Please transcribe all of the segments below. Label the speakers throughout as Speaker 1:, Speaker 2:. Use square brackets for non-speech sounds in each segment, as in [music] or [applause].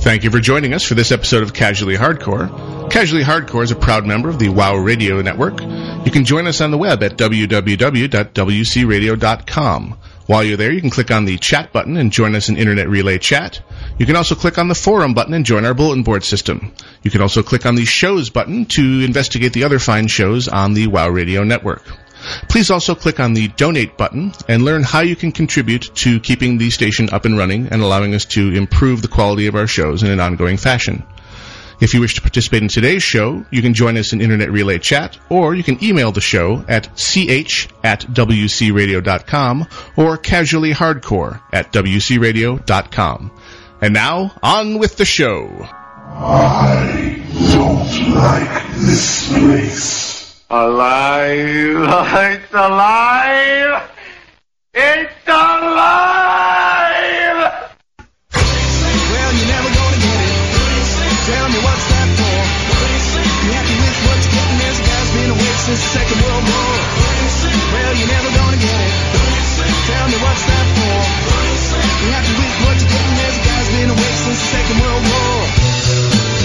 Speaker 1: Thank you for joining us for this episode of Casually Hardcore. Casually Hardcore is a proud member of the WoW Radio Network. You can join us on the web at www.wcradio.com. While you're there, you can click on the chat button and join us in Internet Relay Chat. You can also click on the forum button and join our bulletin board system. You can also click on the shows button to investigate the other fine shows on the WoW Radio Network. Please also click on the donate button and learn how you can contribute to keeping the station up and running and allowing us to improve the quality of our shows in an ongoing fashion. If you wish to participate in today's show, you can join us in Internet Relay Chat, or you can email the show at ch at wcradio.com or casuallyhardcore at wcradio.com. And now, on with the show.
Speaker 2: I don't like this place.
Speaker 3: Alive! It's alive! It's alive!
Speaker 4: Well, you're never gonna get it. Tell me what's that for? You happy with what you're getting? There's a guy's been awake since the Second World War. Well, you're never gonna get it. Tell me what's that for? You happy with what you're getting? There's a guy's been awake since the Second World War.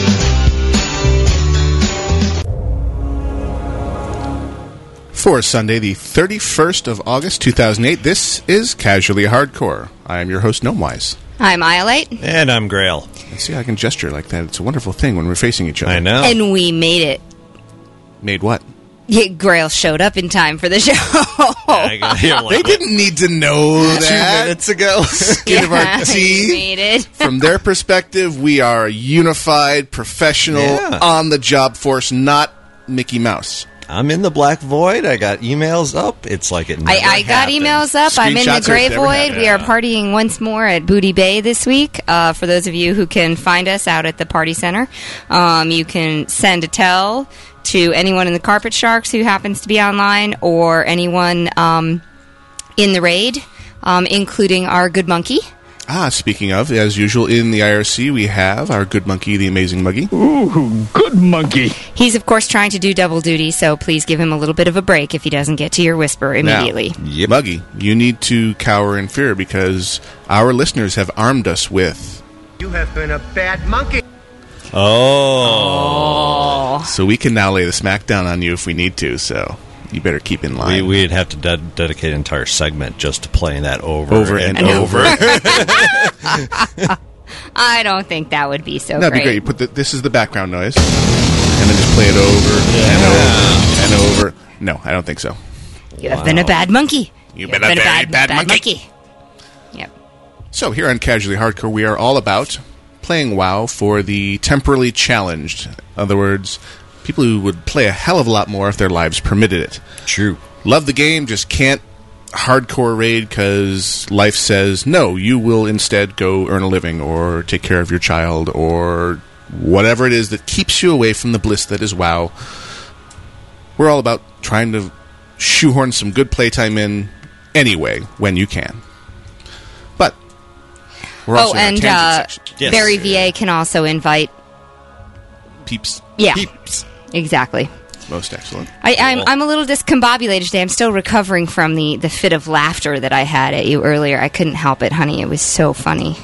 Speaker 1: For Sunday, the 31st of August, 2008, this is Casually Hardcore. I am your host, Gnomewise.
Speaker 5: I'm Iolite,
Speaker 6: And I'm Grail.
Speaker 1: See, I can gesture like that. It's a wonderful thing when we're facing each other.
Speaker 6: I know.
Speaker 5: and we made it.
Speaker 1: Made what?
Speaker 5: Yeah, Grail showed up in time for the show.
Speaker 6: I
Speaker 5: [laughs]
Speaker 6: got- you're like,
Speaker 1: Ah, They
Speaker 6: [laughs]
Speaker 1: didn't need to know that.
Speaker 6: minutes ago. [laughs]
Speaker 1: Skin of
Speaker 5: Yeah,
Speaker 1: our
Speaker 5: [laughs] we
Speaker 1: teeth.
Speaker 5: made it.
Speaker 1: From their perspective, we are a unified, professional,
Speaker 6: Yeah.
Speaker 1: on the job force, not Mickey Mouse.
Speaker 6: I'm in the black void. I got emails up. It's like it. Never
Speaker 5: I, I got
Speaker 6: happened.
Speaker 5: emails up. I'm in
Speaker 1: Screenshots
Speaker 5: the
Speaker 1: are
Speaker 5: gray
Speaker 1: never
Speaker 5: void.
Speaker 1: happened.
Speaker 5: We are partying once more at Booty Bay this week. Uh, for those of you who can find us out at the party center, um, you can send a tell to anyone in the Carpet Sharks who happens to be online or anyone um, in the raid, um, including our good monkey.
Speaker 1: Ah, speaking of, as usual, in the IRC, we have our good monkey, the amazing muggy.
Speaker 5: He's, of course, trying to do double duty, so please give him a little bit of a break if he doesn't get to your whisper immediately.
Speaker 1: Yep. Muggy, you need to cower in fear because our listeners have armed us with.
Speaker 7: You have been a bad monkey.
Speaker 6: Oh,
Speaker 1: So we can now lay the smackdown on you if we need to, so you better keep in line.
Speaker 6: we, we'd have to de- dedicate an entire segment just to playing that over,
Speaker 1: Over and over.
Speaker 5: I don't think that would be
Speaker 1: [laughs]
Speaker 5: so
Speaker 1: That'd
Speaker 5: great.
Speaker 1: be great. You put the, this is the background noise, and then just play it over and over and over. No, I don't think so.
Speaker 5: You have been a bad monkey.
Speaker 1: You've
Speaker 5: You
Speaker 1: been
Speaker 5: have
Speaker 1: a very bad
Speaker 5: Yep.
Speaker 1: So here on Casually Hardcore, we are all about playing WoW for the temporally challenged. In other words, people who would play a hell of a lot more if their lives permitted it.
Speaker 6: True.
Speaker 1: Love the game, just can't hardcore raid because life says no. You will instead go earn a living or take care of your child or whatever it is that keeps you away from the bliss that is WoW. We're all about trying to shoehorn some good playtime in anyway when you can. But we're
Speaker 5: Oh,
Speaker 1: also in
Speaker 5: and
Speaker 1: our
Speaker 5: uh,
Speaker 1: tangent section.
Speaker 6: Yes.
Speaker 5: Barry VA can also invite.
Speaker 1: peeps,
Speaker 5: Yeah,
Speaker 6: Peeps.
Speaker 5: exactly.
Speaker 1: most excellent.
Speaker 5: I, I'm,
Speaker 6: Cool.
Speaker 5: I'm a little discombobulated today. I'm still recovering from the, the fit of laughter that I had at you earlier. I couldn't help it, honey. It was so funny.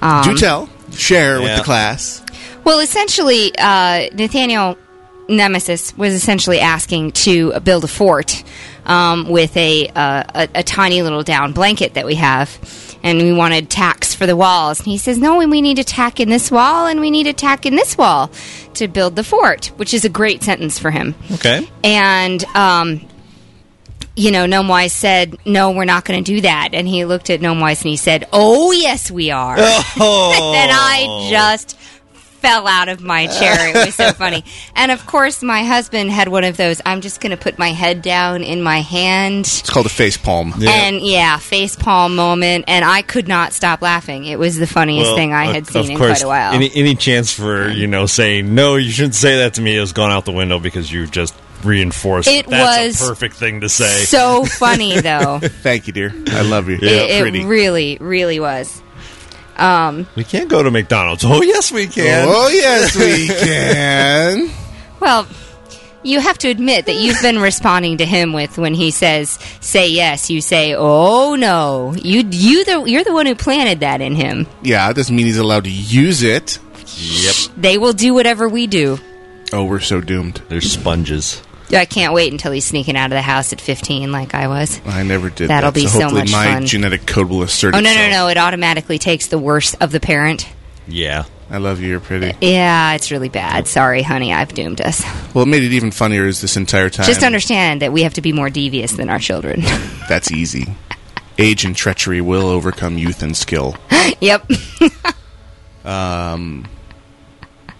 Speaker 5: Um,
Speaker 1: Do tell, share with
Speaker 6: Yeah.
Speaker 1: the class.
Speaker 5: Well, essentially, uh, Nathaniel Nemesis was essentially asking to build a fort um, with a, uh, a a tiny little down blanket that we have, and we wanted tacks for the walls. And he says, "No, and we need a tack in this wall, and we need a tack in this wall to build the fort," which is a great sentence for him.
Speaker 6: Okay.
Speaker 5: And um, you know, Gnomewise said, "No, we're not going to do that." And he looked at Gnomewise and he said, "Oh, yes, we are."
Speaker 6: Oh,
Speaker 5: [laughs] and I just fell out of my chair. It was so funny. And of course, my husband had one of those. I'm just going to put my head down in my hand.
Speaker 1: It's called a face palm.
Speaker 5: And yeah, face palm moment, and I could not stop laughing. It was the funniest
Speaker 6: Well,
Speaker 5: thing I
Speaker 6: of-
Speaker 5: had seen
Speaker 6: of
Speaker 5: in
Speaker 6: course,
Speaker 5: quite a while.
Speaker 6: Any, any chance for you know saying no? You shouldn't say that to me. Has gone out the window because you just reinforced.
Speaker 5: It
Speaker 6: That's
Speaker 5: was
Speaker 6: a perfect thing to say.
Speaker 5: so funny
Speaker 6: [laughs]
Speaker 5: though.
Speaker 1: Thank you, dear. I love you.
Speaker 5: it,
Speaker 1: pretty.
Speaker 5: it really, really was.
Speaker 6: we can't go
Speaker 5: [laughs]
Speaker 6: to [laughs] McDonald's. Oh yes, we can.
Speaker 1: Oh yes, we Oh, can.
Speaker 5: Well, you have to admit that you've been responding to him with when he says "say yes," you say "oh no." You you the you're the one who planted that in him.
Speaker 1: Yeah, it doesn't mean he's allowed to use it.
Speaker 6: Yep.
Speaker 5: They will do whatever we do.
Speaker 1: Oh, we're so doomed.
Speaker 6: They're sponges.
Speaker 5: I can't wait until he's sneaking out of the house at 15 like I was.
Speaker 1: I never did.
Speaker 5: That'll
Speaker 1: that,
Speaker 5: be
Speaker 1: so
Speaker 5: so
Speaker 1: hopefully
Speaker 5: much
Speaker 1: my
Speaker 5: fun.
Speaker 1: genetic code will assert
Speaker 5: Oh no no
Speaker 1: itself.
Speaker 5: no, it automatically takes the worst of the parent.
Speaker 6: Yeah.
Speaker 1: I love you. You're pretty.
Speaker 5: Yeah, it's really bad. Sorry, honey, I've doomed us.
Speaker 1: Well, what made it even funnier is this entire time.
Speaker 5: Just understand that we have to be more devious than our children. [laughs]
Speaker 1: That's easy. Age and treachery will overcome youth and skill.
Speaker 5: yep. Oh,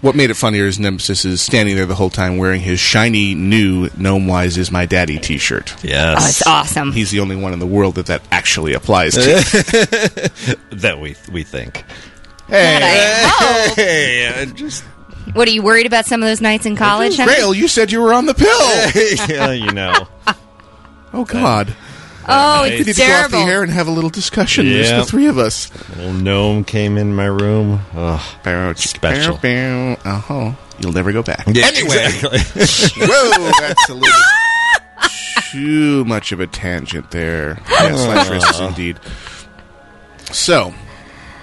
Speaker 1: What made it funnier is Nemesis is standing there the whole time wearing his shiny new Gnome Wise is my daddy T-shirt.
Speaker 5: Oh,
Speaker 6: Yes.
Speaker 5: it's awesome.
Speaker 1: He's the only one in the world that that actually applies to.
Speaker 6: that we we think.
Speaker 5: But I-
Speaker 6: [laughs]
Speaker 5: oh,
Speaker 6: Hey, I just
Speaker 5: what are you worried about some of those nights in college? honey?
Speaker 1: Grail, you said you were on the
Speaker 5: [laughs]
Speaker 1: pill.
Speaker 6: [laughs] yeah, you know.
Speaker 1: Oh God,
Speaker 5: Oh,
Speaker 1: we need
Speaker 5: it's
Speaker 1: to go off the air
Speaker 5: terrible.
Speaker 1: and have a little discussion. There's
Speaker 6: Yeah.
Speaker 1: the three of us.
Speaker 6: Little gnome came in my room. Ugh. Special.
Speaker 1: Uh huh. You'll never go back.
Speaker 6: anyway,
Speaker 1: Whoa, that's a little too much of a tangent there. Yes, Lytris is indeed. So,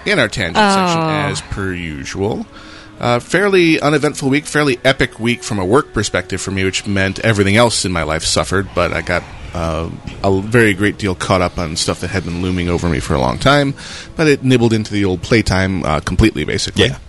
Speaker 1: in our tangent section, as per usual, uh, fairly uneventful week, fairly epic week from a work perspective for me, which meant everything else in my life suffered, but I got uh, a very great deal caught up on stuff that had been looming over me for a long time, but it nibbled into the old playtime uh, completely, basically.
Speaker 6: Yeah.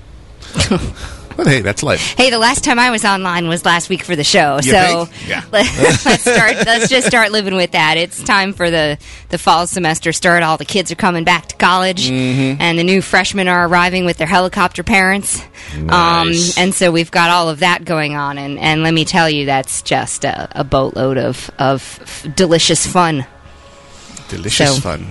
Speaker 1: [laughs] but hey, that's life.
Speaker 5: Hey, the last time I was online was last week for the show,
Speaker 1: You
Speaker 5: so
Speaker 1: think?
Speaker 5: [laughs]
Speaker 1: Yeah.
Speaker 5: let, us start. Let's just start living with that. It's time for the the fall semester start. All the kids are coming back to college,
Speaker 6: Mm-hmm.
Speaker 5: and the new freshmen are arriving with their helicopter parents.
Speaker 6: Nice.
Speaker 5: Um, and so we've got all of that going on, and, and let me tell you, that's just a, a boatload of of f- delicious fun.
Speaker 1: Delicious
Speaker 5: So-
Speaker 1: fun.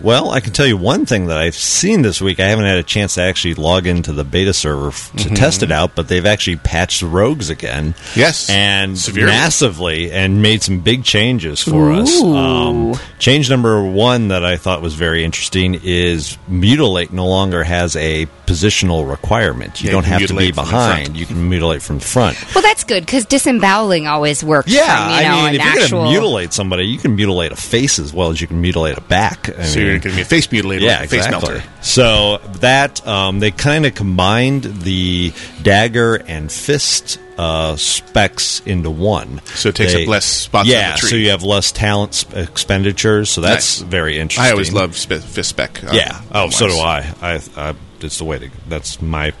Speaker 6: well, I can tell you one thing that I've seen this week. I haven't had a chance to actually log into the beta server f-
Speaker 1: Mm-hmm.
Speaker 6: to test it out, but they've actually patched rogues again.
Speaker 1: Yes.
Speaker 6: and
Speaker 1: Severely.
Speaker 6: massively, and made some big changes for us. Um, change number one that I thought was very interesting is mutilate no longer has a positional requirement. You
Speaker 1: Yeah, you
Speaker 6: don't
Speaker 1: can
Speaker 6: have to be
Speaker 1: mutilate from the front.
Speaker 6: behind; you can mutilate from the front.
Speaker 5: Well, that's good because disemboweling always works.
Speaker 6: Yeah,
Speaker 5: from, you know,
Speaker 6: I mean,
Speaker 5: an
Speaker 6: if you're
Speaker 5: actual
Speaker 6: going to mutilate somebody, you can mutilate a face as well as you can mutilate a back. I
Speaker 1: So
Speaker 6: mean,
Speaker 1: you're going to be a face mutilator,
Speaker 6: yeah,
Speaker 1: like a face
Speaker 6: exactly.
Speaker 1: melter.
Speaker 6: So that um, they kind of combined the dagger and fist uh, specs into one.
Speaker 1: So it takes
Speaker 6: They-
Speaker 1: up less spots on
Speaker 6: Yeah,
Speaker 1: the tree.
Speaker 6: so you have less talent sp- expenditures. So that's
Speaker 1: Nice.
Speaker 6: very interesting.
Speaker 1: I always love spe- fist spec. uh,
Speaker 6: Yeah. Oh, so do
Speaker 1: ones.
Speaker 6: I. I, I it's the way to. That's my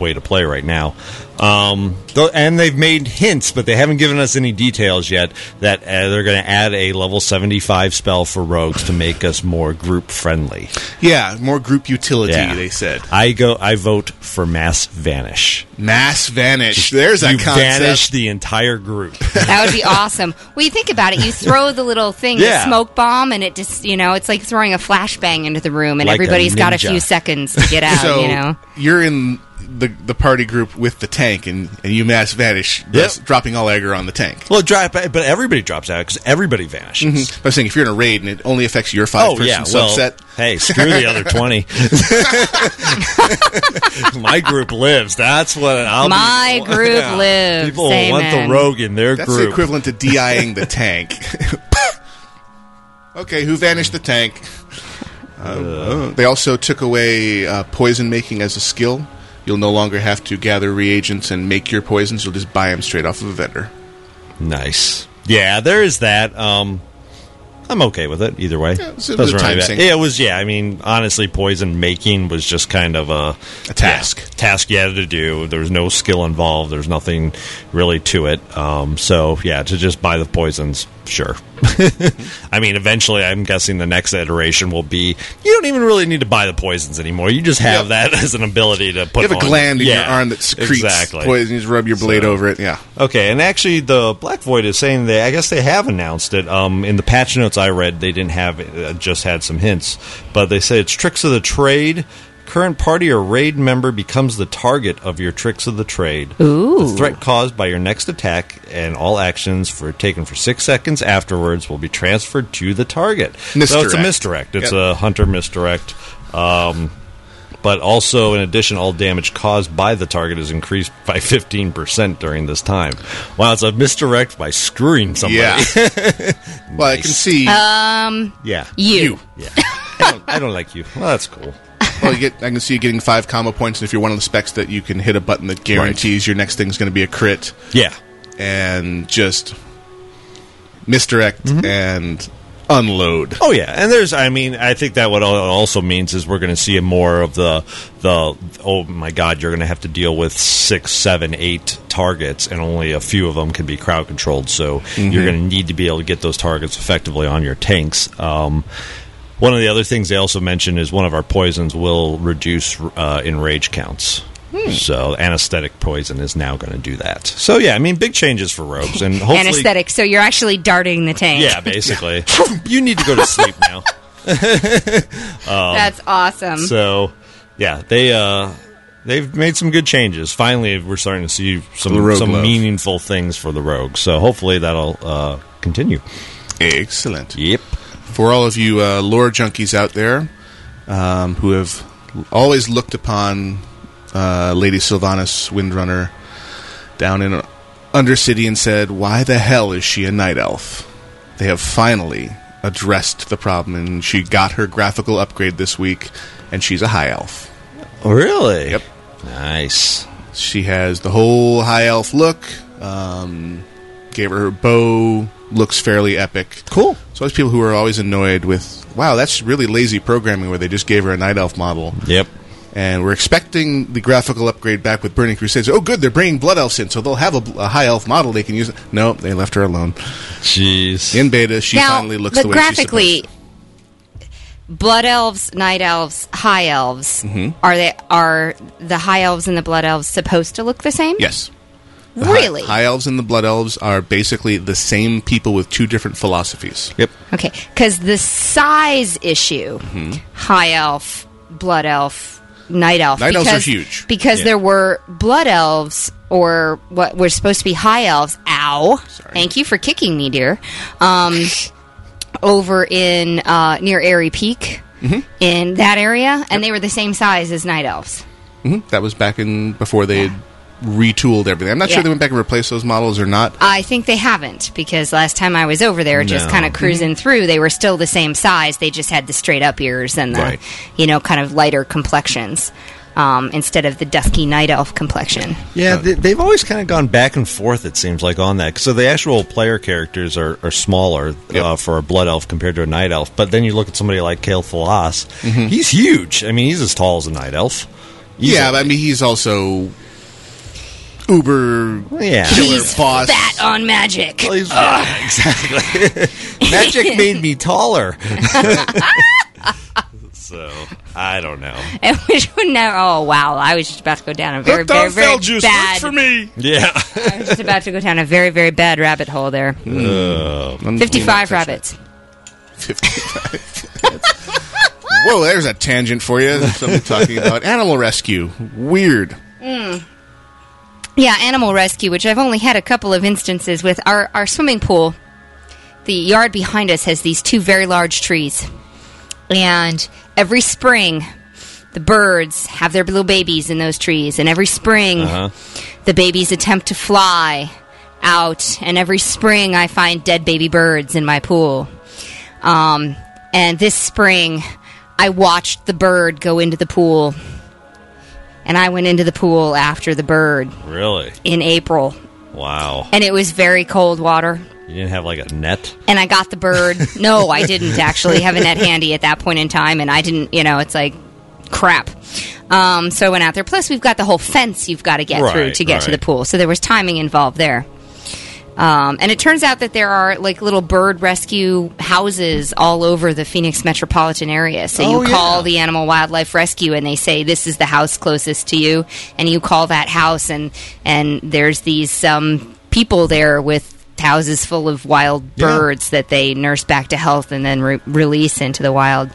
Speaker 6: way to play right now. Um, though- and they've made hints, but they haven't given us any details yet. That uh, they're going to add a level seventy-five spell for rogues to make us more group friendly.
Speaker 1: Yeah, more group utility.
Speaker 6: Yeah.
Speaker 1: They said
Speaker 6: I go. I vote for mass vanish.
Speaker 1: mass vanish. There's that
Speaker 6: you
Speaker 1: concept.
Speaker 6: vanish the
Speaker 1: [laughs]
Speaker 6: entire group.
Speaker 5: That
Speaker 6: [laughs]
Speaker 5: would be awesome. Well, you think about it. You throw the little thing,
Speaker 6: Yeah.
Speaker 5: the smoke bomb, and it just, you know, it's like throwing a flashbang into the room, and
Speaker 6: Like a
Speaker 5: everybody's got a
Speaker 6: ninja.
Speaker 5: few seconds to
Speaker 6: [laughs]
Speaker 5: get out,
Speaker 1: So
Speaker 5: you know?
Speaker 1: are in the the party group with the tank, and, and you mass vanish, thus dropping all aggro on the tank.
Speaker 6: well, drop, but everybody drops out because everybody vanishes.
Speaker 1: But I'm saying if you're in a raid and it only affects your five
Speaker 6: Oh
Speaker 1: person
Speaker 6: yeah, well,
Speaker 1: subset,
Speaker 6: hey, screw the
Speaker 1: [laughs]
Speaker 6: other twenty. [laughs] My group lives. That's what I'll be-
Speaker 5: My
Speaker 6: [laughs]
Speaker 5: group lives.
Speaker 6: People want
Speaker 5: Amen.
Speaker 6: the rogue in their
Speaker 1: that's the
Speaker 6: group.
Speaker 1: equivalent to DIing the tank. [laughs] okay, who vanished the tank? Uh, they also took away uh, poison making as a skill. You'll no longer have to gather reagents and make your poisons. You'll just buy them straight off of a vendor.
Speaker 6: nice. Yeah, there is that. Um, I'm okay with it either way.
Speaker 1: it's a
Speaker 6: Doesn't
Speaker 1: time
Speaker 6: really matter.
Speaker 1: sink.
Speaker 6: It was yeah. I mean, honestly, poison making was just kind of a,
Speaker 1: A task.
Speaker 6: yeah, task you had to do. There was no skill involved. There's nothing really to it. Um, so yeah, to just buy the poisons, sure. [laughs] I mean, eventually, I'm guessing the next iteration will be you don't even really need to buy the poisons anymore. You just have that [laughs] as an ability to put.
Speaker 1: You have a
Speaker 6: on-
Speaker 1: gland in your
Speaker 6: Yeah,
Speaker 1: arm that secretes
Speaker 6: exactly.
Speaker 1: poison. You just rub your blade over it. Yeah.
Speaker 6: Okay, and actually, the Black Void is saying they. I guess they have announced it. Um, in the patch notes I read, they didn't have uh, just had some hints, but they say it's tricks of the trade. Current party or raid member becomes the target of your tricks of the trade.
Speaker 5: Ooh.
Speaker 6: The threat caused by your next attack and all actions for taken for six seconds afterwards will be transferred to the target. So it's a
Speaker 1: Misdirect.
Speaker 6: misdirect. It's
Speaker 1: Yep.
Speaker 6: a hunter misdirect. Um, But also, in addition, all damage caused by the target is increased by 15% during this time. Wow, it's a misdirect by screwing somebody.
Speaker 1: Yeah.
Speaker 6: [laughs]
Speaker 1: [laughs] Well, I can
Speaker 6: Nice.
Speaker 1: see.
Speaker 6: yeah.
Speaker 5: You.
Speaker 6: Yeah. I don't, I don't like you. Well, that's cool.
Speaker 1: well, you get, I can see you getting five comma points, and if you're one of the specs that you can hit a button that guarantees your next thing's going to be a crit,
Speaker 6: Yeah.
Speaker 1: and just misdirect and unload.
Speaker 6: Oh yeah, and there's. I mean, I think that what it also means is we're going to see more of the the. Oh my God, you're going to have to deal with six, seven, eight targets, and only a few of them can be crowd controlled. So you're going to need to be able to get those targets effectively on your tanks. Um, one of the other things they also mentioned is one of our poisons will reduce uh, enrage counts. So anesthetic poison is now going to do that. So yeah, I mean, big changes for rogues, and hopefully
Speaker 5: Anesthetic, so you're actually darting the tank.
Speaker 6: Yeah, basically, you need to go to sleep now.
Speaker 5: That's awesome.
Speaker 6: Um, Mm-hmm. So, yeah, they uh, they've made some good changes. Finally, we're starting to see
Speaker 1: The
Speaker 6: some
Speaker 1: rogue
Speaker 6: some
Speaker 1: love.
Speaker 6: meaningful things for the rogue. So hopefully that'll uh, continue.
Speaker 1: Excellent.
Speaker 6: Yep.
Speaker 1: For all of you uh, lore junkies out there um, who have always looked upon uh, Lady Sylvanas Windrunner down in Undercity and said, Why the hell is she a night elf? They have finally addressed the problem, and she got her graphical upgrade this week, and she's a high elf.
Speaker 6: Oh, Really?
Speaker 1: Yep.
Speaker 6: Nice.
Speaker 1: She has the whole high elf look. Um, gave her her bow. Looks fairly epic.
Speaker 6: Cool.
Speaker 1: So there's people who are always annoyed with, wow, that's really lazy programming where they just gave her a night elf model.
Speaker 6: Yep.
Speaker 1: And we're expecting the graphical upgrade back with Burning Crusades. Oh, good, they're bringing blood elves in, so they'll have a, bl- a high elf model they can use. No, they left her alone.
Speaker 6: Jeez.
Speaker 1: In beta, she
Speaker 5: now,
Speaker 1: finally looks
Speaker 5: but
Speaker 1: the way she's
Speaker 5: graphically,
Speaker 1: supposed
Speaker 5: blood elves, night elves, high elves
Speaker 6: Mm-hmm.
Speaker 5: are they are the high elves and the blood elves supposed to look the same?
Speaker 1: to. Yes. The hi-
Speaker 5: really?
Speaker 1: High elves and the blood elves are basically the same people with two different philosophies.
Speaker 6: Yep.
Speaker 5: Okay, because the size issue,
Speaker 1: Mm-hmm.
Speaker 5: high elf, blood elf, night elf.
Speaker 1: Night elves
Speaker 5: because,
Speaker 1: are huge.
Speaker 5: Because
Speaker 6: Yeah.
Speaker 5: there were blood elves, or what were supposed to be high elves. Ow! Thank you for kicking me, dear. Um, over in uh, near Airy Peak,
Speaker 1: Mm-hmm.
Speaker 5: in that area, and they were the same size as night elves.
Speaker 1: Mm-hmm. That was back in before they had retooled everything. I'm not
Speaker 5: Yeah.
Speaker 1: sure they went back and replaced those models or not.
Speaker 5: I think they haven't because last time I was over there, just
Speaker 6: No.
Speaker 5: kind of cruising through, they were still the same size. They just had the straight up ears and the,
Speaker 6: Right.
Speaker 5: you know, kind of lighter complexions um, instead of the dusky night elf complexion.
Speaker 6: Yeah, they, they've always kind of gone back and forth. It seems like on that. So the actual player characters are, are smaller uh,
Speaker 1: Yep.
Speaker 6: for a blood elf compared to a night elf. But then you look at somebody like Kale Thalas. He's huge. I mean, he's as tall as a night elf. He's
Speaker 1: yeah,
Speaker 6: a-
Speaker 1: but I mean, he's also uber
Speaker 6: yeah.
Speaker 1: killer boss.
Speaker 5: Fat on magic.
Speaker 6: Well, he's- yeah, Ah, [laughs] exactly. Magic made me taller. [laughs] so I don't know.
Speaker 5: And [laughs] which would never. Oh wow! I was just about to go down a very, very, very bad.
Speaker 1: me.
Speaker 6: Yeah.
Speaker 5: I was just about to go down a very, very bad rabbit
Speaker 1: [laughs]
Speaker 5: hole there. Fifty-five rabbits.
Speaker 1: Whoa, there's a tangent for you.
Speaker 5: [laughs]
Speaker 1: Somebody talking about animal rescue. Weird.
Speaker 5: Yeah, animal rescue, which I've only had a couple of instances with. Our our swimming pool, the yard behind us has these two very large trees, and every spring, the birds have their little babies in those trees, and every spring,
Speaker 6: Uh-huh.
Speaker 5: the babies attempt to fly out, and every spring I find dead baby birds in my pool. Um, and this spring, I watched the bird go into the pool. And I went into the pool after the bird
Speaker 6: Really?
Speaker 5: in April,
Speaker 6: Wow.
Speaker 5: and it was very cold water.
Speaker 6: You didn't have like a net?
Speaker 5: And I got the
Speaker 6: [laughs]
Speaker 5: bird. No, I didn't actually have a net handy at that point in time, and I didn't. You know, it's like crap. Um, so I went out there. Plus, we've got the whole fence you've got to get through
Speaker 6: Right,
Speaker 5: to get to the
Speaker 6: right.
Speaker 5: pool. So there was timing involved there. Um, and it turns out that there are like little bird rescue houses all over the Phoenix metropolitan area. So
Speaker 6: Oh,
Speaker 5: you
Speaker 6: yeah.
Speaker 5: call the Animal Wildlife Rescue and they say this is the house closest to you, and you call that house and and there's these um, people there with houses full of wild
Speaker 6: Yeah.
Speaker 5: birds that they nurse back to health and then re- release into the wild.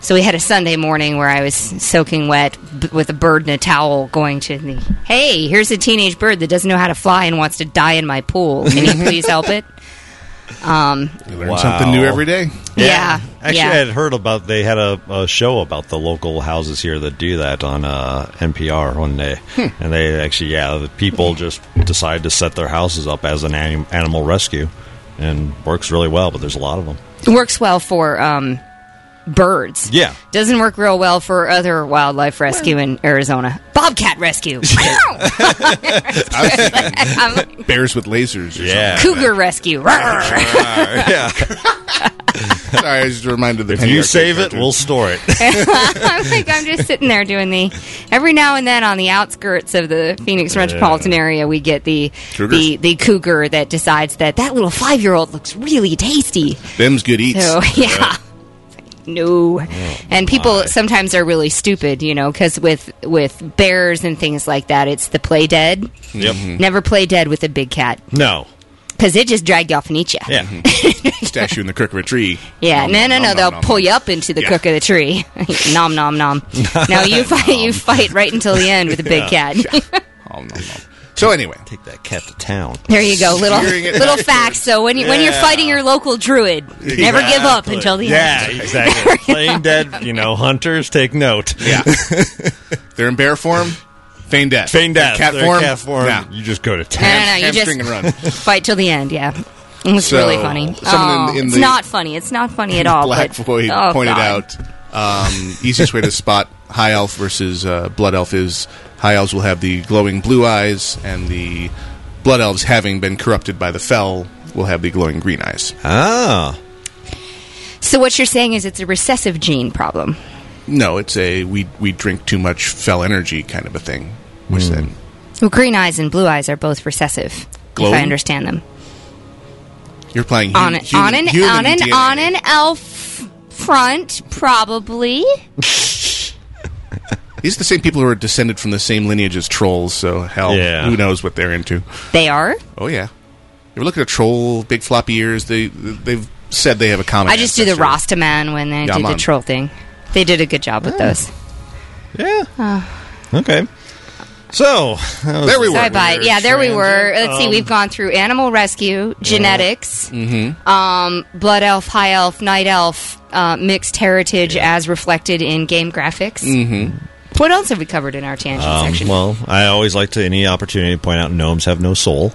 Speaker 5: So we had a Sunday morning where I was soaking wet b- with a bird and a towel going to the,
Speaker 6: [laughs]
Speaker 5: hey, here's a teenage bird that doesn't know how to fly and wants to die in my pool. Can you please help it? Um,
Speaker 1: You learn something new every day.
Speaker 5: yeah,
Speaker 6: Actually,
Speaker 5: yeah.
Speaker 6: I had heard about they had a, a show about the local houses here that do that on uh, NPR one day,
Speaker 5: Hmm.
Speaker 6: and they actually yeah, the people just decide to set their houses up as an anim- animal rescue, and works really well. But there's a lot of them.
Speaker 5: It works well for um, birds.
Speaker 6: Yeah.
Speaker 5: Doesn't work real well for other wildlife rescue in Arizona. Bobcat rescue. [laughs] I'm like,
Speaker 1: Bears with lasers. Or
Speaker 6: Yeah,
Speaker 5: Cougar rescue. Roar.
Speaker 6: [laughs] yeah.
Speaker 1: something. Sorry, I just reminded the.
Speaker 6: If you save it, we'll store it.
Speaker 5: I'm like, I'm just sitting there doing the. Every now and then, on the outskirts of the Phoenix metropolitan area, we get the
Speaker 1: Cougars.
Speaker 5: the the cougar that decides that that little five year old looks really tasty.
Speaker 1: Them's good eats.
Speaker 5: [laughs] So yeah. No, and people sometimes are really stupid, you know, because with with bears and things like that, it's the play dead.
Speaker 1: Mm-hmm.
Speaker 6: yep.
Speaker 5: Never play dead with a big cat
Speaker 6: No. Mm-hmm.
Speaker 5: because it just drag you off and eat you.
Speaker 6: Yeah.
Speaker 1: [laughs] Stash you in the crook of a tree.
Speaker 5: Yeah,
Speaker 1: Nom,
Speaker 5: no,
Speaker 1: nom,
Speaker 5: no, no.
Speaker 1: nom,
Speaker 5: they'll
Speaker 1: nom,
Speaker 5: pull
Speaker 1: nom.
Speaker 5: you up into the
Speaker 1: Yeah.
Speaker 5: crook of the tree. [laughs] nom, nom, nom.
Speaker 1: [laughs]
Speaker 5: No, you fight. You fight right until the end with a big cat.
Speaker 1: Nom, nom, nom. Oh, So anyway,
Speaker 6: Take that cat to town.
Speaker 5: [laughs] there you go. Little
Speaker 1: Hearing it
Speaker 5: little
Speaker 1: backwards.
Speaker 5: facts. So when you when you're
Speaker 6: Yeah.
Speaker 5: fighting your local druid, never give up
Speaker 6: Exactly.
Speaker 5: until the
Speaker 6: yeah,
Speaker 5: end. [laughs]
Speaker 6: exactly. Playing dead, you know, hunters take note.
Speaker 1: yeah, [laughs] they're in bear form. Feign death.
Speaker 6: Feign death.
Speaker 1: Cat
Speaker 6: They're
Speaker 1: form.
Speaker 6: Cat form.
Speaker 1: Yeah.
Speaker 6: You just go
Speaker 5: No,
Speaker 6: to town.
Speaker 5: no, no. You
Speaker 1: hamstring
Speaker 5: just [laughs]
Speaker 1: and run.
Speaker 5: fight till the end. Yeah. It was
Speaker 1: So,
Speaker 5: really funny.
Speaker 1: someone in-
Speaker 5: Oh,
Speaker 1: in
Speaker 5: it's
Speaker 1: the-
Speaker 5: not funny. It's not funny at all.
Speaker 1: Black
Speaker 5: but,
Speaker 1: Void
Speaker 5: oh,
Speaker 1: pointed
Speaker 5: God.
Speaker 1: out um, easiest way to spot High Elf versus uh, Blood Elf is High Elves will have the glowing blue eyes, and the Blood Elves, having been corrupted by the Fell, will have the glowing green eyes.
Speaker 6: Ah.
Speaker 5: So what you're saying is it's a recessive gene problem.
Speaker 1: No, it's a we we drink too much Fell energy kind of a thing, which
Speaker 6: Hmm.
Speaker 1: then
Speaker 5: Well, green eyes and blue eyes are both recessive. If
Speaker 1: Glowing?
Speaker 5: I understand them.
Speaker 1: you're playing hu-
Speaker 5: on an
Speaker 1: human-
Speaker 5: on an
Speaker 1: human
Speaker 5: on an
Speaker 1: DNA.
Speaker 5: on an elf front probably.
Speaker 1: These are the same people who are descended from the same lineage as trolls, so hell,
Speaker 6: Yeah.
Speaker 1: who knows what they're into.
Speaker 5: They are.
Speaker 1: Oh yeah, you ever look at a troll, big floppy ears? They they've said they have a common.
Speaker 5: I just do the
Speaker 1: ancestor.
Speaker 5: Rasta man when they
Speaker 1: Yeah,
Speaker 5: do the
Speaker 1: man.
Speaker 5: troll thing. They did a good job with those.
Speaker 6: Yeah.
Speaker 5: Ah.
Speaker 6: okay. So that was-
Speaker 1: There we were. Um,
Speaker 5: Bye bye.
Speaker 6: weird
Speaker 5: Yeah, there we were.
Speaker 6: transit.
Speaker 5: Let's see. We've gone through animal rescue, genetics,
Speaker 1: Mm-hmm.
Speaker 5: um, blood elf, high elf, night elf, uh, mixed heritage as reflected in game graphics. Mm-hmm. What else have we covered in our tangent
Speaker 6: Um,
Speaker 5: section?
Speaker 6: well, I always like to any opportunity to point out gnomes have no soul.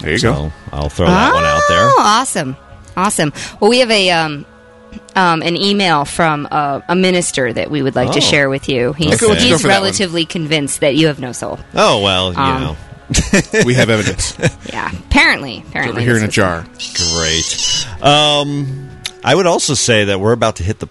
Speaker 1: There you
Speaker 6: so
Speaker 1: go.
Speaker 6: I'll throw that one out there.
Speaker 5: Oh, awesome, awesome. Well, we have a um, um, an email from uh, a minister that we would like
Speaker 6: Oh.
Speaker 5: to share with you. He's,
Speaker 6: Okay, let's go
Speaker 5: he's
Speaker 1: for that one.
Speaker 5: relatively convinced that you have no soul.
Speaker 6: Oh well, you
Speaker 5: Um,
Speaker 6: know,
Speaker 1: we have
Speaker 5: [laughs]
Speaker 1: evidence.
Speaker 5: Yeah, apparently,
Speaker 1: Over
Speaker 5: apparently
Speaker 1: here
Speaker 5: this
Speaker 1: in a
Speaker 5: was-
Speaker 1: jar.
Speaker 6: great. Um, I would also say that we're about to hit the.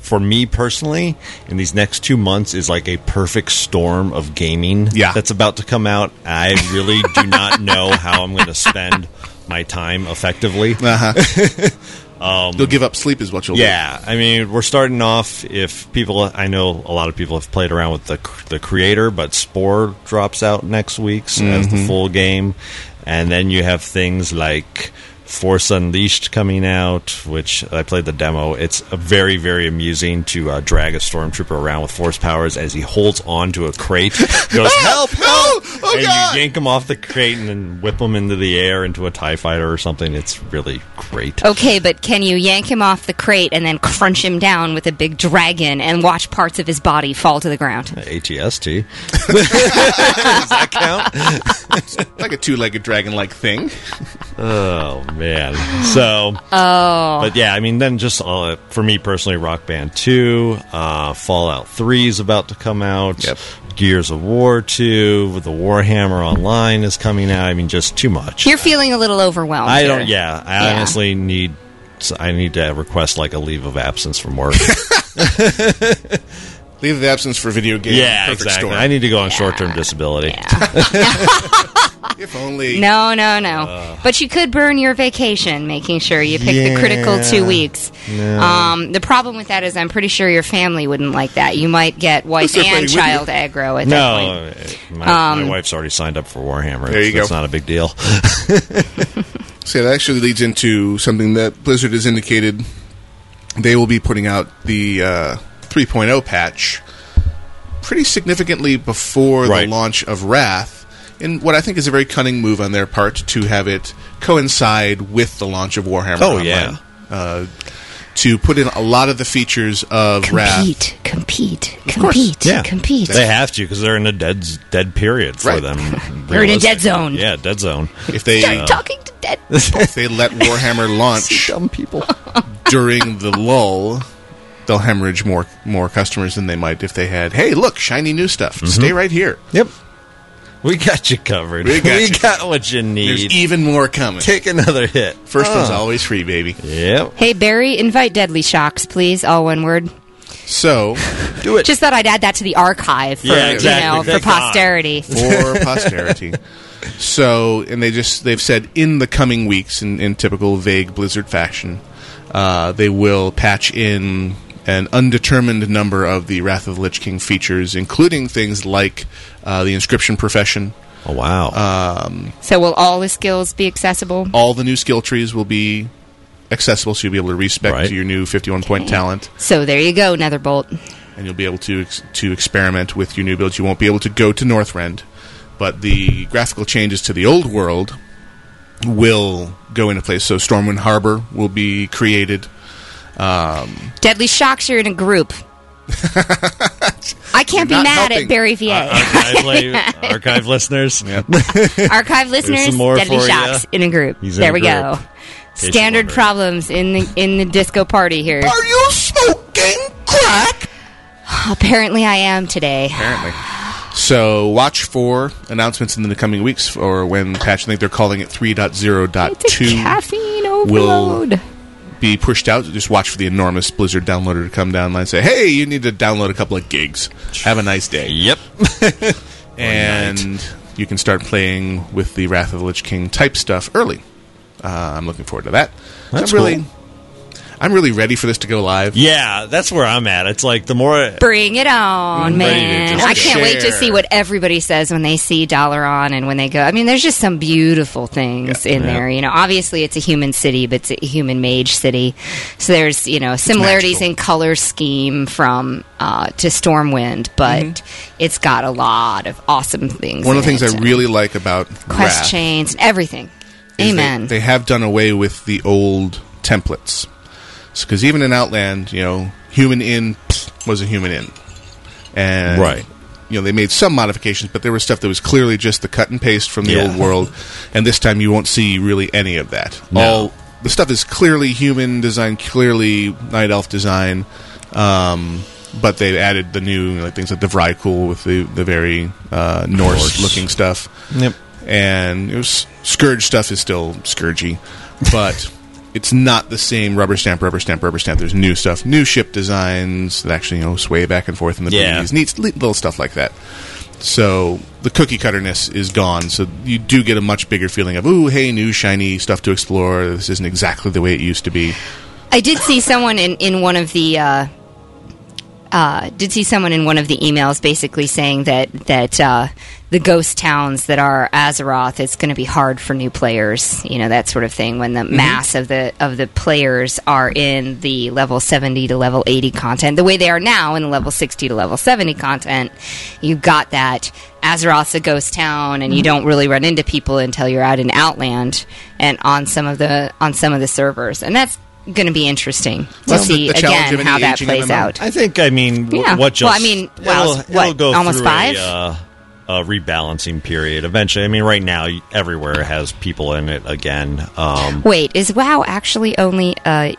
Speaker 6: For me personally, in these next two months is like a perfect storm of gaming.
Speaker 1: Yeah.
Speaker 6: that's about to come out. I really do not know how I'm going to spend my time effectively. [laughs]
Speaker 1: You'll Uh-huh. give up sleep is what you'll
Speaker 6: Um, Yeah, I mean, we're starting off. If people, I know a lot of people have played around with the the creator, but Spore drops out next week so as the full game, and then you have things like Force Unleashed coming out, which I played the demo. It's a very very amusing to uh, drag a stormtrooper around with force powers as he holds on to a crate, goes help help,
Speaker 1: Oh,
Speaker 6: and you yank him off the crate and then whip him into the air into a Tie Fighter or something. It's really great.
Speaker 5: Okay, but can you yank him off the crate and then crunch him down with a big dragon and watch parts of his body fall to the ground?
Speaker 6: ATST. Does that count?
Speaker 1: do. Like a two legged dragon like thing.
Speaker 6: Oh man. So. Oh. But yeah, I mean, then just uh, for me personally, Rock Band Two, uh, Fallout Three is about to come out.
Speaker 1: Yep.
Speaker 6: Gears of War Two, with the Warhammer Online is coming out. I mean, just too much.
Speaker 5: You're feeling a little overwhelmed.
Speaker 6: I
Speaker 5: here.
Speaker 6: don't. Yeah, I
Speaker 5: Yeah.
Speaker 6: honestly need. I need to request like a leave of absence
Speaker 1: [laughs]
Speaker 6: from work.
Speaker 1: Leave the absence for video game.
Speaker 6: yeah,
Speaker 1: Perfect
Speaker 6: exactly.
Speaker 1: storm.
Speaker 6: I need to go on short-term disability.
Speaker 1: if only.
Speaker 5: No, no, no. but you could burn your vacation making sure you pick the critical two
Speaker 6: Yeah.
Speaker 5: weeks. Um, the problem with that is I'm pretty sure your family wouldn't like that. You might get wife
Speaker 1: They're fighting
Speaker 5: and
Speaker 1: with
Speaker 5: child aggro at that point.
Speaker 6: No, my, my
Speaker 5: Um,
Speaker 6: wife's already signed up for Warhammer.
Speaker 1: There you
Speaker 6: so It's
Speaker 1: go.
Speaker 6: not a big deal.
Speaker 1: So that actually leads into something that Blizzard has indicated they will be putting out the uh, 3.0 patch pretty significantly before
Speaker 6: Right.
Speaker 1: the launch of Wrath. in what I think is a very cunning move on their part to have it coincide with the launch of Warhammer.
Speaker 6: Oh,
Speaker 1: Online,
Speaker 6: yeah.
Speaker 1: uh, to put in a lot of the features of Wrath.
Speaker 5: Compete, compete,
Speaker 1: course,
Speaker 5: compete,
Speaker 6: Yeah,
Speaker 5: compete.
Speaker 6: They have to because they're in a dead dead period for
Speaker 1: Right.
Speaker 6: them.
Speaker 5: They're in a dead
Speaker 6: Realistically.
Speaker 5: zone.
Speaker 6: Yeah, dead zone.
Speaker 1: If they
Speaker 5: Start talking to dead.
Speaker 6: [laughs]
Speaker 1: if they let
Speaker 5: [laughs]
Speaker 1: Warhammer launch
Speaker 6: Dumb people.
Speaker 1: during the lull, they'll hemorrhage more more customers than they might if they had. Hey, look, shiny new stuff. Stay right here.
Speaker 6: [laughs] Yep. We got you covered.
Speaker 1: We got you
Speaker 6: what you
Speaker 1: There's e,
Speaker 6: need.
Speaker 1: even more coming.
Speaker 6: Take another hit.
Speaker 1: First one's
Speaker 6: Oh.
Speaker 1: always free, baby.
Speaker 6: Yep.
Speaker 5: hey Barry, invite Deadly Shocks, please. All one word.
Speaker 1: So
Speaker 6: Do it.
Speaker 5: Just thought I'd add that to the archive for
Speaker 6: Yeah,
Speaker 5: you
Speaker 6: exactly.
Speaker 5: know for
Speaker 6: Thank God.
Speaker 1: [laughs]
Speaker 5: posterity.
Speaker 1: for posterity. So, and they just they've said in the coming weeks, in, in typical vague Blizzard fashion, uh, they will patch in an undetermined number of the Wrath of the Lich King features, including things like uh, the inscription profession.
Speaker 6: oh wow.
Speaker 5: So will all the skills be accessible?
Speaker 1: All the new skill trees will be accessible, so you'll be able to respec
Speaker 6: Right.
Speaker 1: to your new fifty-one point talent.
Speaker 5: So there you go, Netherbolt.
Speaker 1: and you'll be able to ex- to experiment with your new builds. You won't be able to go to Northrend, but the graphical changes to the old world will go into place. So Stormwind Harbor will be created.
Speaker 5: Deadly Shocks, you're in a group. I can't
Speaker 1: You're not
Speaker 5: be mad
Speaker 1: helping.
Speaker 5: at Barry VA.
Speaker 6: archive, [laughs] la- archive listeners. [laughs]
Speaker 5: Archive listeners,
Speaker 6: some more
Speaker 5: Deadly
Speaker 6: for ya.
Speaker 5: Shocks in a group.
Speaker 6: He's in
Speaker 5: there
Speaker 6: a
Speaker 5: we
Speaker 6: group,
Speaker 5: go.
Speaker 6: you
Speaker 5: Standard
Speaker 6: wondered.
Speaker 5: problems in the in the disco party here.
Speaker 1: Are you smoking crack?
Speaker 5: Apparently, I am today.
Speaker 1: Apparently. So watch for announcements in the coming weeks, or when patch. I think they're calling it three point zero point
Speaker 5: It's a
Speaker 1: two
Speaker 5: caffeine overload.
Speaker 1: be pushed out. Just watch for the enormous Blizzard downloader to come down and say, "Hey, you need to download a couple of gigs. Have a nice day."
Speaker 6: Yep.
Speaker 1: and you can start playing with the Wrath of the Lich King type stuff early. Uh, I'm looking forward to that.
Speaker 6: That's
Speaker 1: I'm really,
Speaker 6: cool.
Speaker 1: I'm really ready for this to go live.
Speaker 6: Yeah, that's where I'm at. It's like the more
Speaker 5: Bring it on,
Speaker 6: I'm ready to
Speaker 5: man.
Speaker 6: just
Speaker 5: I can't wait to
Speaker 1: share.
Speaker 5: see what everybody says when they see Dollar on and when they go. I mean, there's just some beautiful things in there. You know, obviously it's a human city, but it's a human mage city. So there's, you know, similarities
Speaker 1: magical.
Speaker 5: in color scheme from uh, to Stormwind, but it's got a lot of awesome things.
Speaker 1: Mm-hmm. One of the
Speaker 5: in
Speaker 1: things
Speaker 5: it.
Speaker 1: I really like about
Speaker 5: quest
Speaker 1: Wrath
Speaker 5: chains and everything.
Speaker 1: is they-
Speaker 5: Amen.
Speaker 1: They, have done away with the old templates because even in Outland, you know, human in pfft, was a human in, and
Speaker 6: Right.
Speaker 1: You know, they made some modifications, but there was stuff that was clearly just the cut and paste from the
Speaker 6: Yeah.
Speaker 1: old world, and this time you won't see really any of that.
Speaker 6: No.
Speaker 1: All the stuff is clearly human design, clearly night elf design. Um, but they've added the new like things like the Vrykul with the the very uh, Norse looking stuff
Speaker 6: Yep.
Speaker 1: and it was scourge stuff is still scourgy, but it's not the same rubber stamp, rubber stamp, rubber stamp. There's new stuff, new ship designs that actually you know sway back and forth in the
Speaker 6: Yeah.
Speaker 1: breeze, neat li- little stuff like that. So the cookie cutterness is gone. So you do get a much bigger feeling of ooh, hey, new shiny stuff to explore. This isn't exactly the way it used to be.
Speaker 5: I did see someone in, in one of the uh, uh, did see someone in one of the emails basically saying that that uh, the ghost towns that are Azeroth it's going to be hard for new players, you know that sort of thing. When the
Speaker 1: Mm-hmm.
Speaker 5: mass of the of the players are in the level seventy to level eighty content, the way they are now in the level sixty to level seventy content, you've got that Azeroth's a ghost town,
Speaker 1: Mm-hmm.
Speaker 5: and you don't really run into people until you're out in Outland and on some of the on some of the servers, and that's going to be interesting to
Speaker 1: Well, the-
Speaker 5: see
Speaker 1: the challenge
Speaker 5: again
Speaker 1: of any
Speaker 5: how that
Speaker 1: aging
Speaker 5: plays
Speaker 1: MMO.
Speaker 5: out.
Speaker 6: I think I mean w-
Speaker 5: Yeah.
Speaker 6: what you'll
Speaker 5: Well, I mean,
Speaker 6: s-
Speaker 5: well,
Speaker 6: it'll-
Speaker 5: what,
Speaker 6: it'll go
Speaker 5: almost
Speaker 6: through a,
Speaker 5: five?
Speaker 6: uh, a rebalancing period eventually. I mean, right now y- everywhere has people in it again. Um,
Speaker 5: Wait, is WoW actually only uh,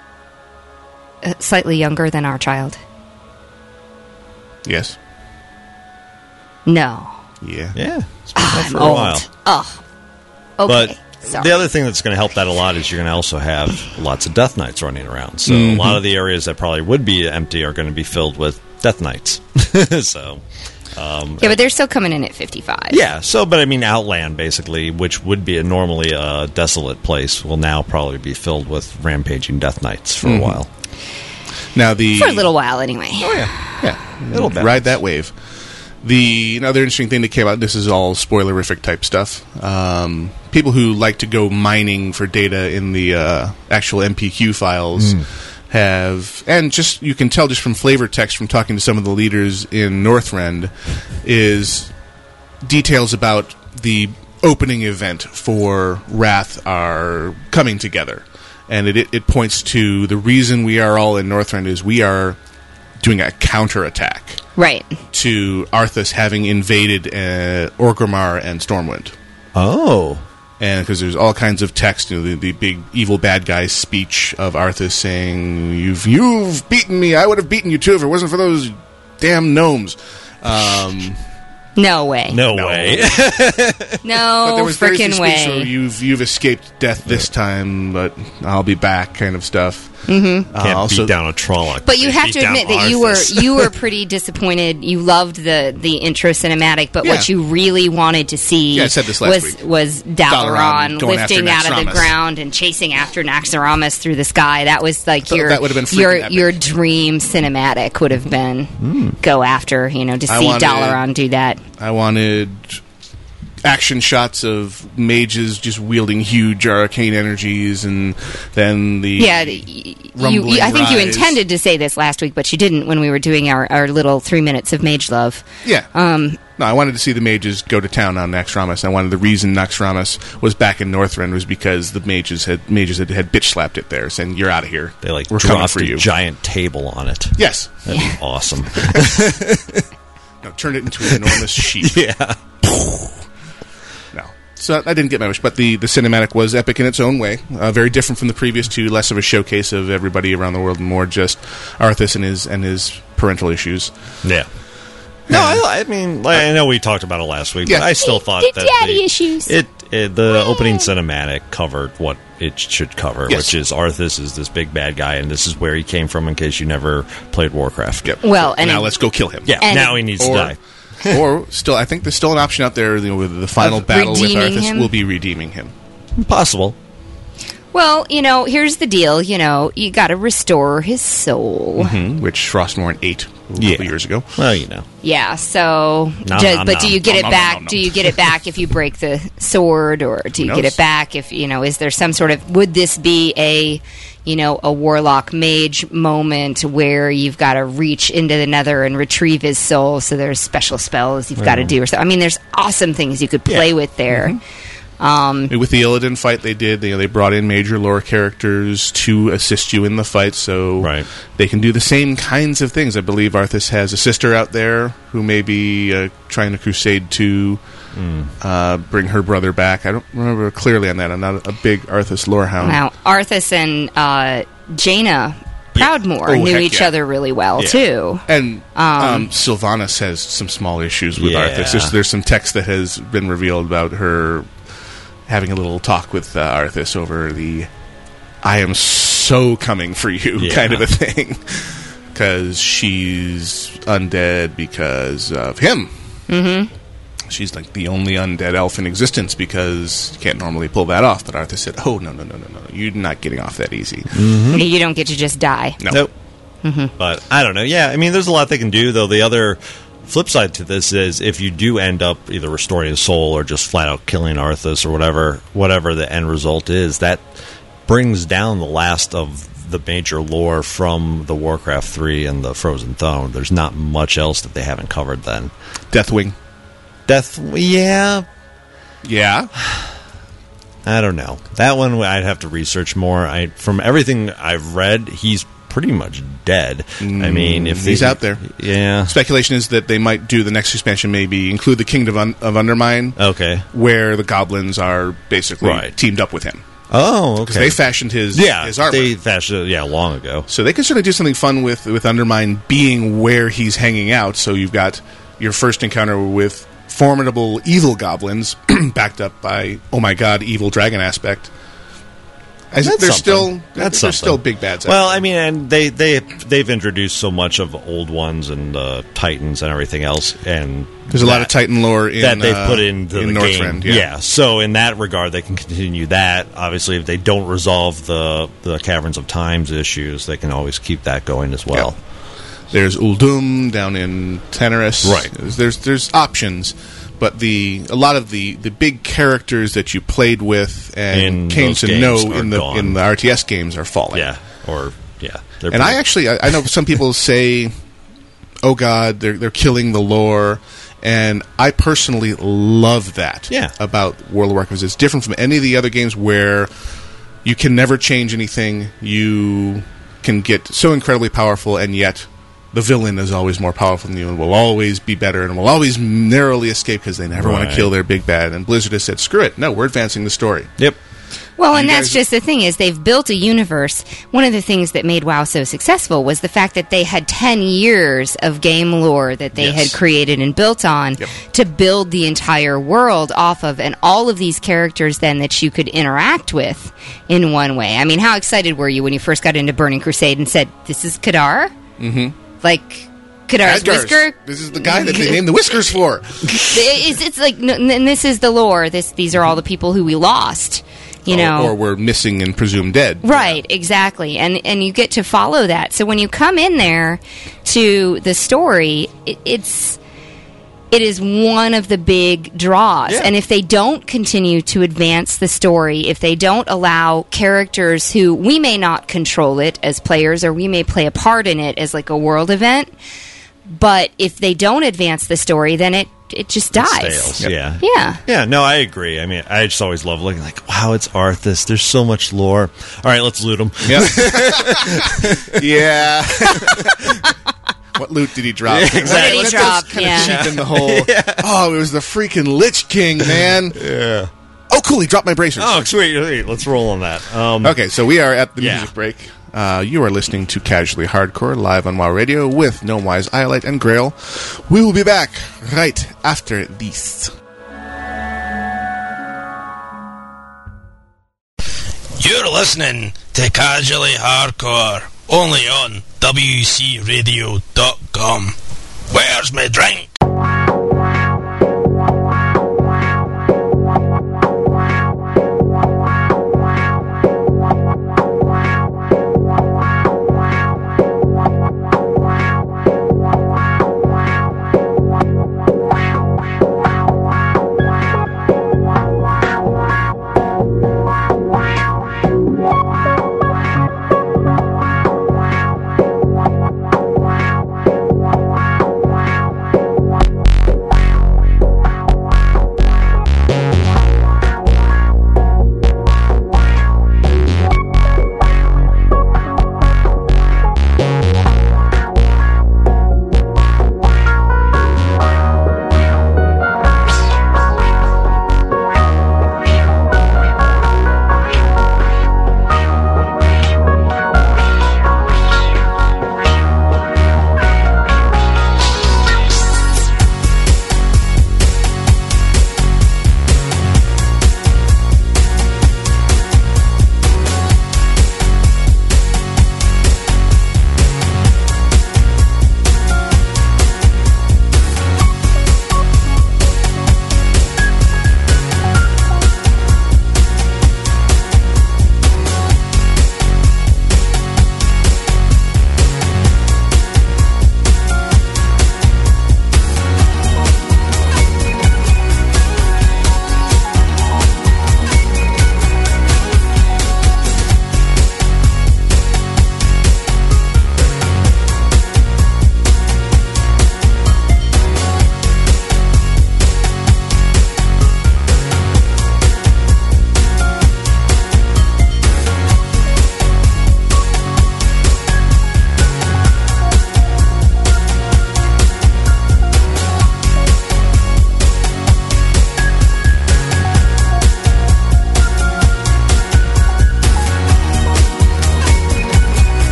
Speaker 5: uh, slightly younger than our child?
Speaker 1: Yes,
Speaker 5: No.
Speaker 1: yeah,
Speaker 6: yeah, it's been out
Speaker 5: Ah, I'm
Speaker 6: for a
Speaker 5: old.
Speaker 6: while.
Speaker 5: Oh. Okay.
Speaker 6: But
Speaker 5: Sorry.
Speaker 6: the other thing that's going to help that a lot is you're going to also have lots of Death Knights running around. So a
Speaker 5: Mm-hmm.
Speaker 6: lot of the areas that probably would be empty are going to be filled with Death Knights. [laughs] so
Speaker 5: yeah, but they're still coming in at 55.
Speaker 6: yeah, so but I mean Outland basically, which would be a normally a desolate place, will now probably be filled with rampaging Death Knights for
Speaker 5: Mm-hmm.
Speaker 6: a while.
Speaker 1: Now the
Speaker 5: For a little while, anyway. [laughs]
Speaker 1: Oh, yeah,
Speaker 6: It'll
Speaker 1: ride that wave. The another interesting thing that came out. This is all spoilerific type stuff. Um, people who like to go mining for data in the uh, actual MPQ files have, and just you can tell just from flavor text from talking to some of the leaders in Northrend, is details about the opening event for Wrath are coming together, and it, it, it points to the reason we are all in Northrend is we are doing a counterattack
Speaker 5: Right.
Speaker 1: to Arthas having invaded uh, Orgrimmar and Stormwind
Speaker 6: Oh.
Speaker 1: and because there's all kinds of text, you know, the, the big evil bad guy speech of Arthas saying, "You've you've beaten me. I would have beaten you too if it wasn't for those damn gnomes." Um,
Speaker 5: No way.
Speaker 6: No,
Speaker 1: No.
Speaker 6: [laughs] way.
Speaker 5: No
Speaker 1: there was very
Speaker 5: freaking
Speaker 1: speech,
Speaker 5: Oh, way.
Speaker 1: so you've you've escaped death this time, but I'll be back, kind of stuff. Mm-hmm. Uh,
Speaker 6: Can't
Speaker 1: also,
Speaker 6: beat down a Trolloc.
Speaker 5: But you
Speaker 6: They
Speaker 5: have
Speaker 6: beat
Speaker 5: to
Speaker 6: down
Speaker 5: admit that you were
Speaker 6: Arthas.
Speaker 5: you
Speaker 1: [laughs]
Speaker 5: were pretty disappointed. You loved the the intro cinematic, but what
Speaker 1: Yeah.
Speaker 5: you really wanted to see
Speaker 1: Yeah, I said this last
Speaker 5: was
Speaker 1: week.
Speaker 5: was
Speaker 1: Dalaran
Speaker 5: Dalaran
Speaker 1: going after
Speaker 5: lifting out of the
Speaker 1: Naxxramas.
Speaker 5: ground and chasing after Naxxramas through the sky. That was like
Speaker 1: So
Speaker 5: your
Speaker 1: that would have been freaking
Speaker 5: your
Speaker 1: epic. Hmm.
Speaker 5: your dream cinematic would have been go after you know to
Speaker 1: I
Speaker 5: see
Speaker 1: wanted-
Speaker 5: Dalaran do that.
Speaker 1: I wanted action shots of mages just wielding huge arcane energies, and then the
Speaker 5: Yeah, the- y- you,
Speaker 1: rumbling
Speaker 5: you, I think you
Speaker 1: rise.
Speaker 5: intended to say this last week, but you didn't when we were doing our, our little three minutes of mage love.
Speaker 1: Yeah.
Speaker 5: Um,
Speaker 1: no, I wanted to see the mages go to town on Naxxramas. I wanted the reason Naxxramas was back in Northrend was because the mages had mages had, had bitch slapped it there, saying you're out of here.
Speaker 6: They like
Speaker 1: we're coming
Speaker 6: dropped
Speaker 1: for
Speaker 6: a
Speaker 1: you.
Speaker 6: giant table on it.
Speaker 1: yes.
Speaker 6: That'd be [laughs] awesome.
Speaker 1: No, turned it into an
Speaker 6: [laughs]
Speaker 1: enormous sheep.
Speaker 6: yeah.
Speaker 1: No. So I didn't get my wish, but the, the cinematic was epic in its own way. Uh, very different from the previous two, less of a showcase of everybody around the world, and more just Arthas and his and his parental issues.
Speaker 6: Yeah. No, I, I mean, like, I know we talked about it last week,
Speaker 1: Yeah.
Speaker 6: but I still thought
Speaker 5: Your
Speaker 6: that
Speaker 5: daddy
Speaker 6: the,
Speaker 5: issues.
Speaker 6: It, it the opening cinematic covered what it should cover,
Speaker 1: Yes.
Speaker 6: which is Arthas is this big bad guy, and this is where he came from. In case you never played Warcraft,
Speaker 1: Yep.
Speaker 5: Well, and
Speaker 1: now
Speaker 5: it-
Speaker 1: let's go kill him.
Speaker 6: yeah.
Speaker 5: And-
Speaker 6: now he needs to die.
Speaker 1: [laughs] or still, I think there's still an option out there. You know, with the final
Speaker 5: Of
Speaker 1: battle with
Speaker 5: redeeming
Speaker 1: Arthas
Speaker 5: him?
Speaker 1: will be redeeming him.
Speaker 6: Possible.
Speaker 5: Well, you know, here's the deal. You know, you got to restore his soul.
Speaker 1: Mm-hmm. which Frostmourne ate a couple
Speaker 6: Hmm? Yeah.
Speaker 1: years ago.
Speaker 6: Well, you know.
Speaker 5: Yeah. So,
Speaker 6: Nom,
Speaker 5: do-
Speaker 6: nom,
Speaker 5: but do
Speaker 6: nom.
Speaker 5: you get
Speaker 1: Nom,
Speaker 5: it
Speaker 1: nom,
Speaker 5: back?
Speaker 1: nom, nom.
Speaker 5: Do you get it back if you break the sword, or do you
Speaker 1: Who
Speaker 5: get
Speaker 1: knows?
Speaker 5: it back if you know? Is there some sort of would this be a you know a warlock mage moment where you've got to reach into the nether and retrieve his soul? So there's special spells you've got to do, or so. I mean, there's awesome things you could play with there.
Speaker 1: Mm-hmm.
Speaker 5: Um,
Speaker 1: With the Illidan fight, they did. They, they brought in major lore characters to assist you in the fight, so
Speaker 6: Right.
Speaker 1: they can do the same kinds of things. I believe Arthas has a sister out there who may be uh, trying to crusade to uh, bring her brother back. I don't remember clearly on that. I'm not a big Arthas lore hound.
Speaker 5: Now, Arthas and uh, Jaina Proudmore
Speaker 1: Oh,
Speaker 5: knew
Speaker 1: heck
Speaker 5: each
Speaker 1: yeah.
Speaker 5: other really well
Speaker 6: Yeah.
Speaker 5: too.
Speaker 1: And um, Sylvanas has some small issues with
Speaker 6: Yeah.
Speaker 1: Arthas. There's, there's some text that has been revealed about her having a little talk with uh, Arthas over the "I am so coming for you" [laughs]
Speaker 6: Yeah.
Speaker 1: kind of a thing, because she's undead because of him. Mm-hmm. She's like the only undead elf in existence because you can't normally pull that off. But Arthas said, "Oh no, no, no, no, no! You're not getting off that easy."
Speaker 5: [laughs] You don't get to just die.
Speaker 1: No.
Speaker 6: Mm. Nope. But I don't know. Yeah, I mean, there's a lot they can do, though. The other flip side to this is if you do end up either restoring his soul or just flat out killing Arthas or whatever, whatever the end result is, that brings down the last of the major lore from the Warcraft 3 and the Frozen Throne. There's not much else that they haven't covered then.
Speaker 1: Deathwing.
Speaker 6: Death, yeah,
Speaker 1: [laughs] Yeah.
Speaker 6: I don't know. That one I'd have to research more. I from everything I've read, he's pretty much dead. I mean, if
Speaker 1: Mm, he's
Speaker 6: they-
Speaker 1: out there.
Speaker 6: yeah.
Speaker 1: speculation is that they might do the next expansion, maybe include the Kingdom of, Un- of Undermine,
Speaker 6: Okay.
Speaker 1: where the goblins are basically
Speaker 6: Uh, Right.
Speaker 1: teamed up with him
Speaker 6: Oh,
Speaker 1: because they fashioned his
Speaker 6: yeah,
Speaker 1: his armor.
Speaker 6: they fashioned it, yeah long ago.
Speaker 1: so they could certainly do something fun with with Undermine being where he's hanging out. So you've got your first encounter with formidable evil goblins, [clears throat] backed up by oh my god, evil dragon aspect. I,
Speaker 6: That's
Speaker 1: they're
Speaker 6: something.
Speaker 1: still
Speaker 6: That's
Speaker 1: they're
Speaker 6: something.
Speaker 1: still big bads. out
Speaker 6: Well,
Speaker 1: there.
Speaker 6: I mean, and they they they've introduced so much of old ones and uh, Titans and everything else, and
Speaker 1: there's a lot of
Speaker 6: that-
Speaker 1: Titan lore in,
Speaker 6: that they've
Speaker 1: uh,
Speaker 6: put into
Speaker 1: in
Speaker 6: the game.
Speaker 1: Northrend.
Speaker 6: yeah. so in that regard, they can continue that. Obviously, if they don't resolve the the Caverns of Times issues, they can always keep that going as well.
Speaker 1: There's Uldum down in Teneris.
Speaker 6: Right.
Speaker 1: There's there's options, but the a lot of the, the big characters that you played with and
Speaker 6: In
Speaker 1: came
Speaker 6: those
Speaker 1: to
Speaker 6: games
Speaker 1: know
Speaker 6: are
Speaker 1: in the
Speaker 6: gone.
Speaker 1: in the RTS games are falling.
Speaker 6: Yeah, or yeah, They're
Speaker 1: And I
Speaker 6: pretty-
Speaker 1: actually I, I know some people say, "Oh God, they're they're killing the lore." And I personally love that
Speaker 6: Yeah.
Speaker 1: about World of Warcraft. It's different from any of the other games where you can never change anything. You can get so incredibly powerful, and yet the villain is always more powerful than you and will always be better and will always narrowly escape because they never want to
Speaker 6: Right.
Speaker 1: kill their big bad. And Blizzard has said, screw it. No, we're advancing the story.
Speaker 6: Yep.
Speaker 5: Well, and
Speaker 1: You
Speaker 5: that's
Speaker 1: guys-
Speaker 5: just the thing is they've built a universe. One of the things that made WoW so successful was the fact that they had 10 years of game lore that they
Speaker 6: Yes.
Speaker 5: had created and built on
Speaker 1: Yep.
Speaker 5: to build the entire world off of and all of these characters then that you could interact with in one way. I mean, how excited were you when you first got into Burning Crusade and said, "This is Kadar?" Mhm. Like Kadar's
Speaker 1: Edgar's.
Speaker 5: whisker?
Speaker 1: This Mm-hmm. is the guy that they named the whiskers for.
Speaker 5: it's, it's like no, and this is the lore. This these are all the people who we lost, you know.
Speaker 1: Oh, or, or were missing and presumed dead.
Speaker 5: Right, exactly. And and you get to follow that. So when you come in there to the story, it, it's it is one of the big draws.
Speaker 6: Yeah.
Speaker 5: And if they don't continue to advance the story, if they don't allow characters who we may not control it as players or we may play a part in it as like a world event, but if they don't advance the story, then it it just dies.
Speaker 6: Sales. Yeah.
Speaker 5: Yeah.
Speaker 6: Yeah, no, I agree. I mean, I just always love looking like, wow, it's Arthas. There's so much lore. All right, let's loot them.
Speaker 1: [laughs] Yeah. [laughs] yeah. [laughs] what loot did he drop?
Speaker 6: Yeah, exactly. What did he
Speaker 1: Let's
Speaker 5: drop?
Speaker 1: just kinda
Speaker 5: Yeah.
Speaker 1: cheapen the
Speaker 5: [laughs]
Speaker 1: whole. Oh, it was the freaking Lich King, man. yeah. Oh, cool. He dropped my bracers.
Speaker 6: Oh, sweet, sweet. Let's roll on that. Um,
Speaker 1: Okay, so we are at the
Speaker 6: Yeah.
Speaker 1: music break. Uh, you are listening to Casually Hardcore live on WoW Radio with Gnome Wise, Iolite, and Grail. We will be back right after this.
Speaker 8: You're listening to Casually Hardcore, only on WCRadio.com. Where's my drink?
Speaker 9: Wow.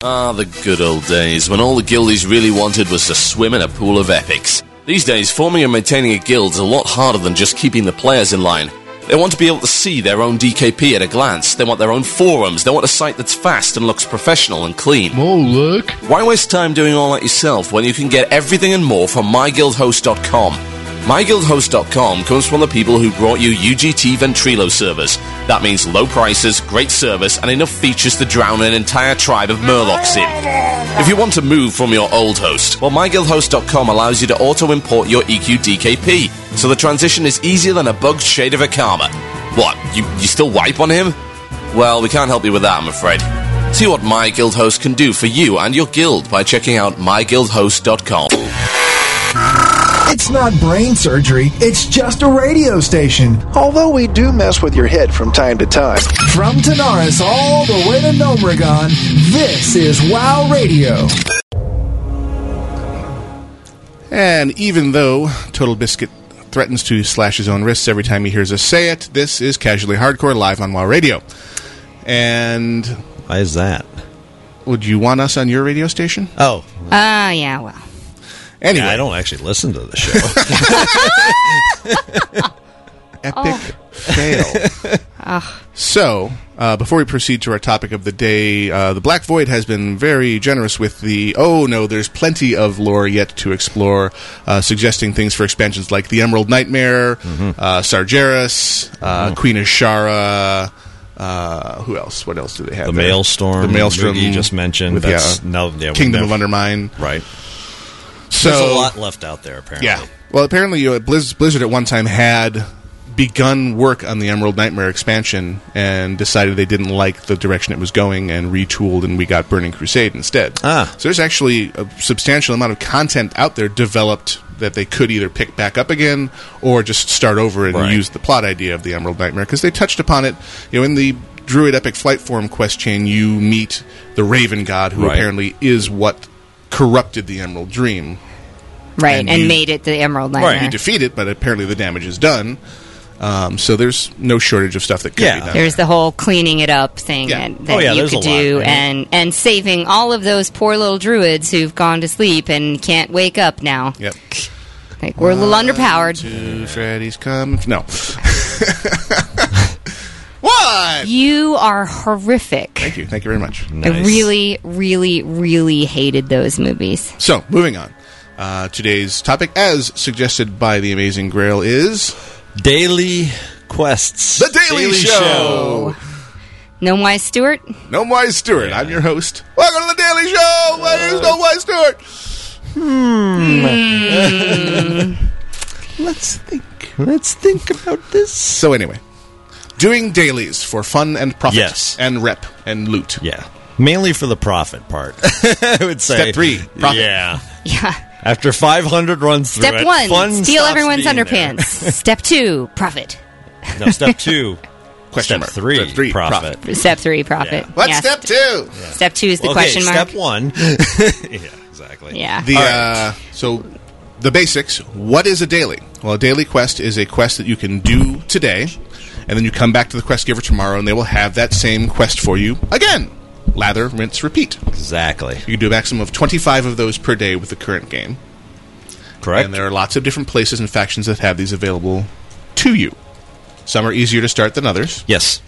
Speaker 9: Ah, the good old days when all the guildies really wanted was to swim in a pool of epics. These days, forming and maintaining a guild's a lot harder than just keeping the players in line. They want to be able to see their own DKP at a glance. They want their own forums. They want a site that's fast and looks professional and clean.
Speaker 1: Oh, look.
Speaker 9: Why waste time doing all that yourself when you can get everything and more from MyGuildHost.com? MyGuildHost.com comes from the people who brought you UGT Ventrilo servers. That means low prices, great service, and enough features to drown an entire tribe of Murlocs in. If you want to move from your old host, well, MyGuildHost.com allows you to auto import your E EQDKP, so the transition is easier than a bug's shade of a karma. What, you, you still wipe on him? Well, we can't help you with that, I'm afraid. See what My Guild Host can do for you and your guild by checking out myguildhost.com.
Speaker 10: It's not brain surgery, it's just a radio station. Although we do mess with your head from time to time. From Tanaris all the way to Nomragon, this is WoW Radio.
Speaker 1: And even though Total Biscuit threatens to slash his own wrists every time he hears us say it, this is Casually Hardcore live on WoW Radio. And
Speaker 6: Why is that?
Speaker 1: would you want us on your radio station?
Speaker 6: Oh,
Speaker 5: Ah, yeah, well.
Speaker 1: Anyway,
Speaker 6: yeah, I don't actually listen to the [laughs] show.
Speaker 1: epic fail. So, uh, before we proceed to our topic of the day, uh, the Black Void has been very generous with the oh no, there's plenty of lore yet to explore, uh, suggesting things for expansions like the Emerald Nightmare,
Speaker 6: Mm-hmm.
Speaker 1: uh, Sargeras, uh, Queen Ashara. Uh, who else? What else do they have?
Speaker 6: The
Speaker 1: there?
Speaker 6: Maelstrom,
Speaker 1: The Maelstrom
Speaker 6: you just mentioned.
Speaker 1: With,
Speaker 6: That's-
Speaker 1: yeah,
Speaker 6: no, yeah, we
Speaker 1: Kingdom of
Speaker 6: never-
Speaker 1: Undermine.
Speaker 6: right.
Speaker 1: So
Speaker 6: There's a lot left out there, apparently.
Speaker 1: yeah. Well, apparently uh, Blizz- Blizzard at one time had begun work on the Emerald Nightmare expansion and decided they didn't like the direction it was going and retooled, and we got Burning Crusade instead.
Speaker 6: Ah.
Speaker 1: So there's actually a substantial amount of content out there developed that they could either pick back up again or just start over and
Speaker 6: Right.
Speaker 1: use the plot idea of the Emerald Nightmare because they touched upon it. You know, in the Druid Epic Flight Form quest chain, you meet the Raven God, who
Speaker 6: Right.
Speaker 1: apparently is what corrupted the Emerald Dream
Speaker 5: Right,
Speaker 1: And
Speaker 5: and,
Speaker 1: you-
Speaker 5: made it the Emerald
Speaker 1: you
Speaker 5: Nightmare.
Speaker 1: defeat it, but apparently the damage is done. Um, so there's no shortage of stuff that could
Speaker 6: Yeah.
Speaker 1: be done.
Speaker 5: There's the whole cleaning it up thing
Speaker 1: Yeah.
Speaker 5: that, that
Speaker 6: Oh, yeah,
Speaker 5: you
Speaker 6: there's
Speaker 5: could
Speaker 6: a lot,
Speaker 5: do,
Speaker 6: right?
Speaker 5: and and saving all of those poor little druids who've gone to sleep and can't wake up now.
Speaker 1: yep.
Speaker 5: Like we're a little underpowered.
Speaker 1: Two Freddy's coming. No. [laughs] what?
Speaker 5: You are horrific.
Speaker 1: Thank you. Thank you very much.
Speaker 5: I
Speaker 6: Nice.
Speaker 5: really, really, really hated those movies.
Speaker 1: So moving on. Uh, today's topic, as suggested by the Amazing Grail, is
Speaker 6: Daily quests.
Speaker 1: the Daily, Show.
Speaker 5: No Wise Stewart.
Speaker 1: No Wise Stewart. I'm your host. Welcome to the Daily Show. My name is No Wise Stewart.
Speaker 6: Let's think. Let's think about this.
Speaker 1: So anyway, doing dailies for fun and profit,
Speaker 6: Yes.
Speaker 1: and rep and loot.
Speaker 6: Yeah. Mainly for the profit part, [laughs] I would say.
Speaker 1: Step three, profit.
Speaker 6: Yeah.
Speaker 5: [laughs] Yeah.
Speaker 6: After 500 runs through
Speaker 5: Step
Speaker 6: it,
Speaker 5: one:
Speaker 6: fun
Speaker 5: steal
Speaker 6: stops
Speaker 5: everyone's
Speaker 6: being there.
Speaker 5: underpants.
Speaker 6: [laughs]
Speaker 5: Step two: profit.
Speaker 6: No,
Speaker 5: [laughs]
Speaker 6: step two.
Speaker 1: Question
Speaker 6: step
Speaker 1: mark.
Speaker 6: three,
Speaker 1: Step three,
Speaker 6: profit.
Speaker 1: profit.
Speaker 5: Step three: profit.
Speaker 6: Yeah.
Speaker 1: What's
Speaker 5: Yeah,
Speaker 1: step two?
Speaker 5: Step two is the
Speaker 6: okay,
Speaker 5: question mark.
Speaker 1: [laughs]
Speaker 6: step one. yeah, exactly.
Speaker 5: Yeah.
Speaker 1: The uh, so the basics. What is a daily? Well, a daily quest is a quest that you can do today, and then you come back to the quest giver tomorrow, and they will have that same quest for you again. Lather, rinse, repeat.
Speaker 6: Exactly.
Speaker 1: You can do a maximum of twenty-five of those per day with the current game,
Speaker 6: Correct.
Speaker 1: and there are lots of different places and factions that have these available to you. Some are easier to start than others.
Speaker 6: Yes.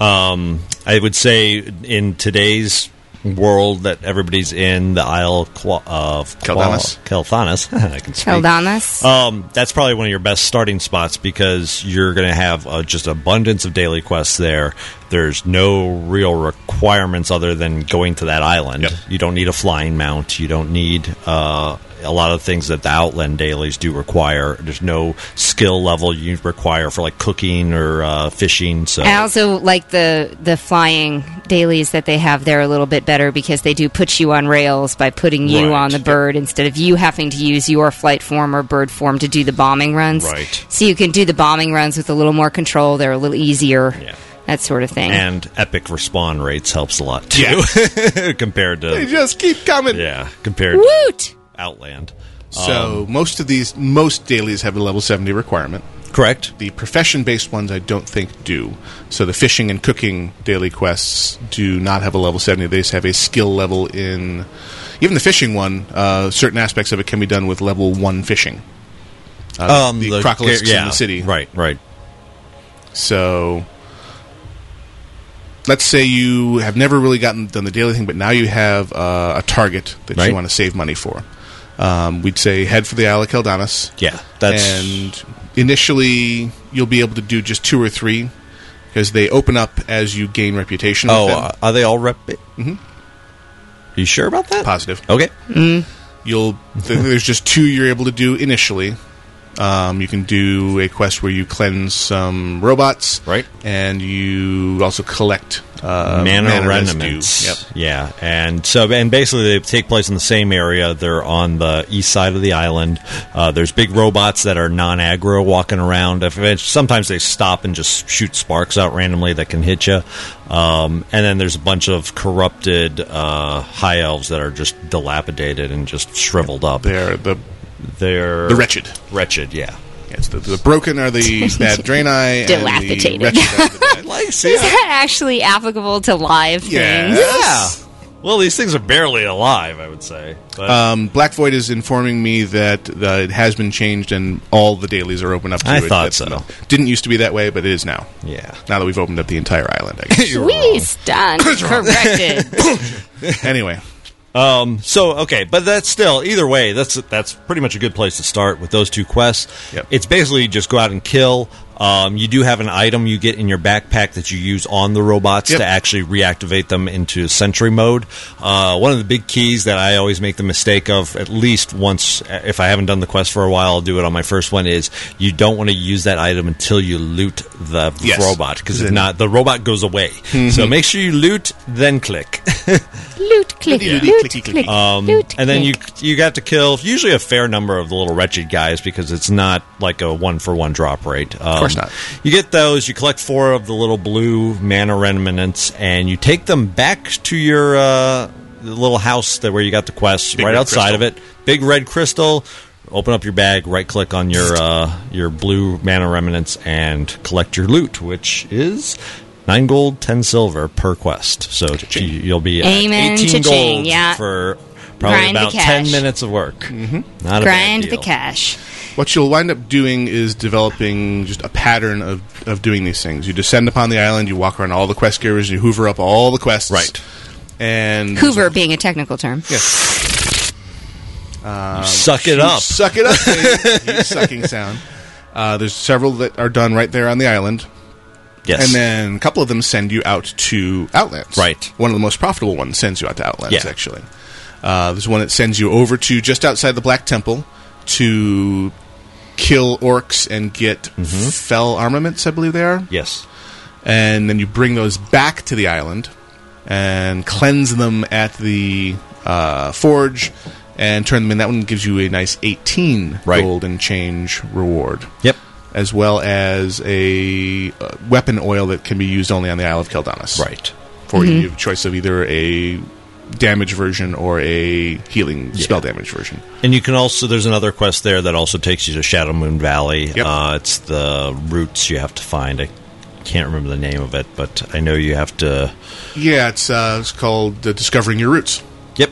Speaker 6: Um, I would say in today's world that everybody's in, the Isle Qua- of Qua-
Speaker 1: Kel'Thanas.
Speaker 6: Kel'Thanas. [laughs] I can speak.
Speaker 5: Eldanas.
Speaker 6: Um, that's probably one of your best starting spots because you're going to have uh, just abundance of daily quests there. There's no real requirements other than going to that island.
Speaker 1: Yep.
Speaker 6: You don't need a flying mount. You don't need uh, a lot of things that the outland dailies do require. There's no skill level you require for like cooking or uh, fishing. So
Speaker 5: I also like the the flying dailies that they have there a little bit better because they do put you on rails by putting you
Speaker 6: Right.
Speaker 5: on the bird instead of you having to use your flight form or bird form to do the bombing runs.
Speaker 6: Right.
Speaker 5: So you can do the bombing runs with a little more control. They're a little easier.
Speaker 6: Yeah.
Speaker 5: That sort of thing.
Speaker 6: and epic respawn rates helps a lot too [laughs] compared
Speaker 1: They
Speaker 6: to
Speaker 1: just keep coming.
Speaker 6: yeah compared to
Speaker 5: Woot!
Speaker 6: outland.
Speaker 1: So most of these, most dailies have a level seventy requirement.
Speaker 6: Correct.
Speaker 1: The profession based ones I don't think do. So the fishing and cooking daily quests do not have a level 70. They just have a skill level in. Even the fishing one, uh, certain aspects of it can be done with level 1 fishing. Uh,
Speaker 6: Um,
Speaker 1: the crocolists in the city.
Speaker 6: Right, right.
Speaker 1: So let's say you have never really gotten done the daily thing, but now you have uh, a target that
Speaker 6: Right.
Speaker 1: you want to save money for. Um, we'd say head for the Isle of Keldanas.
Speaker 6: Yeah, that's-
Speaker 1: and initially you'll be able to do just two or three because they open up as you gain reputation.
Speaker 6: Oh,
Speaker 1: with them.
Speaker 6: uh, are they all rep? Mm-hmm. You sure about that?
Speaker 1: positive.
Speaker 6: Okay.
Speaker 1: You'll th- there's just two you're able to do initially. Um, you can do a quest where you cleanse some robots,
Speaker 6: Right.
Speaker 1: And you also collect uh,
Speaker 6: Mana
Speaker 1: mana residue.
Speaker 6: remnants.
Speaker 1: Yep.
Speaker 6: Yeah, and so and basically they take place in the same area. They're on the east side of the island. Uh, there's big robots that are non-aggro walking around. If- if- Sometimes they stop and just shoot sparks out randomly that can hit you. Um, and then there's a bunch of corrupted uh, high elves that are just dilapidated and just shriveled up.
Speaker 1: They're the
Speaker 6: They're
Speaker 1: the wretched.
Speaker 6: Wretched, yeah.
Speaker 1: Yes, the, the broken are
Speaker 6: [laughs]
Speaker 1: the bad draenei.
Speaker 5: Dilapidated.
Speaker 1: And the wretched are the bad.
Speaker 6: Like,
Speaker 5: Is that actually applicable to live things?
Speaker 6: yeah. Well, these things are barely alive, I would say. But
Speaker 1: Um, Black Void is informing me that uh, it has been changed and all the dailies are open up to
Speaker 6: I
Speaker 1: it.
Speaker 6: thought
Speaker 1: That's
Speaker 6: so.
Speaker 1: not- didn't used to be that way, but it is now.
Speaker 6: yeah.
Speaker 1: Now that we've opened up the entire island, I
Speaker 6: [laughs]
Speaker 1: guess.
Speaker 5: We stand corrected.
Speaker 1: anyway,
Speaker 6: Um, so okay, but that's still either way. That's that's pretty much a good place to start with those two quests.
Speaker 1: Yep.
Speaker 6: It's basically just go out and kill. Um, you do have an item you get in your backpack that you use on the robots
Speaker 1: Yep.
Speaker 6: to actually reactivate them into sentry mode. Uh, one of the big keys that I always make the mistake of, at least once, if I haven't done the quest for a while, I'll do it on my first one. Is you don't want to use that item until you loot the
Speaker 1: Yes.
Speaker 6: robot because if
Speaker 1: Then- Hmm.
Speaker 6: not, the robot goes away. So make sure you loot, then click. [laughs]
Speaker 5: Loot, click,
Speaker 1: Yeah.
Speaker 5: loot,
Speaker 1: Clicky, clicky.
Speaker 5: click,
Speaker 6: Um,
Speaker 5: loot,
Speaker 6: and then you
Speaker 5: click.
Speaker 6: you got to kill usually a fair number of the little wretched guys because it's not like a one for one drop rate. Um, of
Speaker 1: course not.
Speaker 6: You get those. You collect four of the little blue mana remnants, and you take them back to your uh, the little house that where you got the quest
Speaker 1: Big
Speaker 6: right
Speaker 1: red
Speaker 6: outside
Speaker 1: crystal.
Speaker 6: of it. Big red crystal. Open up your bag, right click on your uh, your blue mana remnants, and collect your loot, which is. Nine gold, ten silver per quest. So you- you'll be at
Speaker 5: Amen,
Speaker 6: 18
Speaker 5: cha-ching,
Speaker 6: gold
Speaker 5: yeah.
Speaker 6: for probably
Speaker 5: Grind the
Speaker 6: about
Speaker 5: cash.
Speaker 6: 10 minutes of work. Mm-hmm. Not a
Speaker 5: grind
Speaker 6: bad
Speaker 5: the
Speaker 6: deal.
Speaker 5: cash.
Speaker 1: what you'll wind up doing is developing just a pattern of, of doing these things. You descend upon the island, you walk around all the quest givers, you hoover up all the quests.
Speaker 6: Right.
Speaker 1: And
Speaker 5: Hoover being a technical term.
Speaker 6: Um, Suck it up.
Speaker 1: Suck it up,
Speaker 6: [laughs]
Speaker 1: baby. You sucking sound. Uh, there's several that are done right there on the island,
Speaker 6: Yes.
Speaker 1: and then a couple of them send you out to outlands.
Speaker 6: Right.
Speaker 1: One of the most profitable ones sends you out to outlands.
Speaker 6: Yeah.
Speaker 1: Actually, uh, there's one that sends you over to just outside the Black Temple to kill orcs and get
Speaker 6: Mm-hmm.
Speaker 1: fell armaments. I believe they are
Speaker 6: yes.
Speaker 1: and then you bring those back to the island and cleanse them at the uh, forge and turn them in. That one gives you a nice 18
Speaker 6: Right.
Speaker 1: gold and change reward.
Speaker 6: Yep.
Speaker 1: As well as a uh, weapon oil that can be used only on the Isle of Keldanas.
Speaker 6: Right.
Speaker 1: For you, you have a choice of either a damage version or a healing spell damage version.
Speaker 6: And you can also, there's another quest there that also takes you to Shadow Moon Valley.
Speaker 1: Yep.
Speaker 6: Uh, it's the roots you have to find. I can't remember the name of it, but I know you have to.
Speaker 1: Yeah, it's, uh, it's called uh, Discovering Your Roots.
Speaker 6: Yep.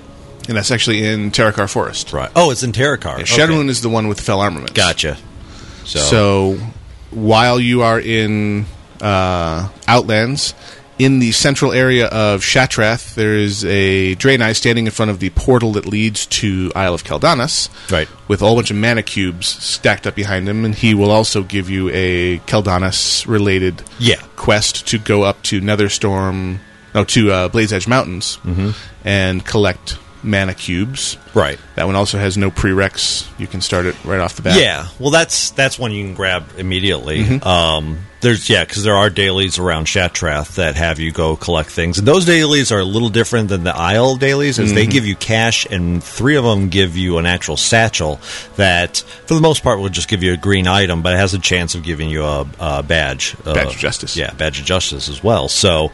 Speaker 1: And that's actually in Terrakar Forest.
Speaker 6: Right. Oh, it's in Terracar.
Speaker 1: Yeah, Shadow Moon is the one with fell armaments.
Speaker 6: Gotcha. So,
Speaker 1: So, while you are in uh, Outlands, in the central area of Shatrath, there is a Draenei standing in front of the portal that leads to Isle of Keldanas,
Speaker 6: Right.
Speaker 1: with a whole bunch of mana cubes stacked up behind him, and he will also give you a Keldanas-related
Speaker 6: Yeah.
Speaker 1: quest to go up to Netherstorm, no, to uh, Blaze Edge Mountains, and collect mana cubes.
Speaker 6: Mm-hmm. Right.
Speaker 1: That one also has no prereqs. You can start it right off the bat.
Speaker 6: Yeah, well, that's that's one you can grab immediately. Um, there's yeah, because there are dailies around Shatrath that have you go collect things, and those dailies are a little different than the Isle dailies, as they give you cash, and three of them give you an actual satchel that, for the most part, will just give you a green item, but it has a chance of giving you a, a badge, uh,
Speaker 1: Badge of Justice.
Speaker 6: Yeah, badge of justice as well. So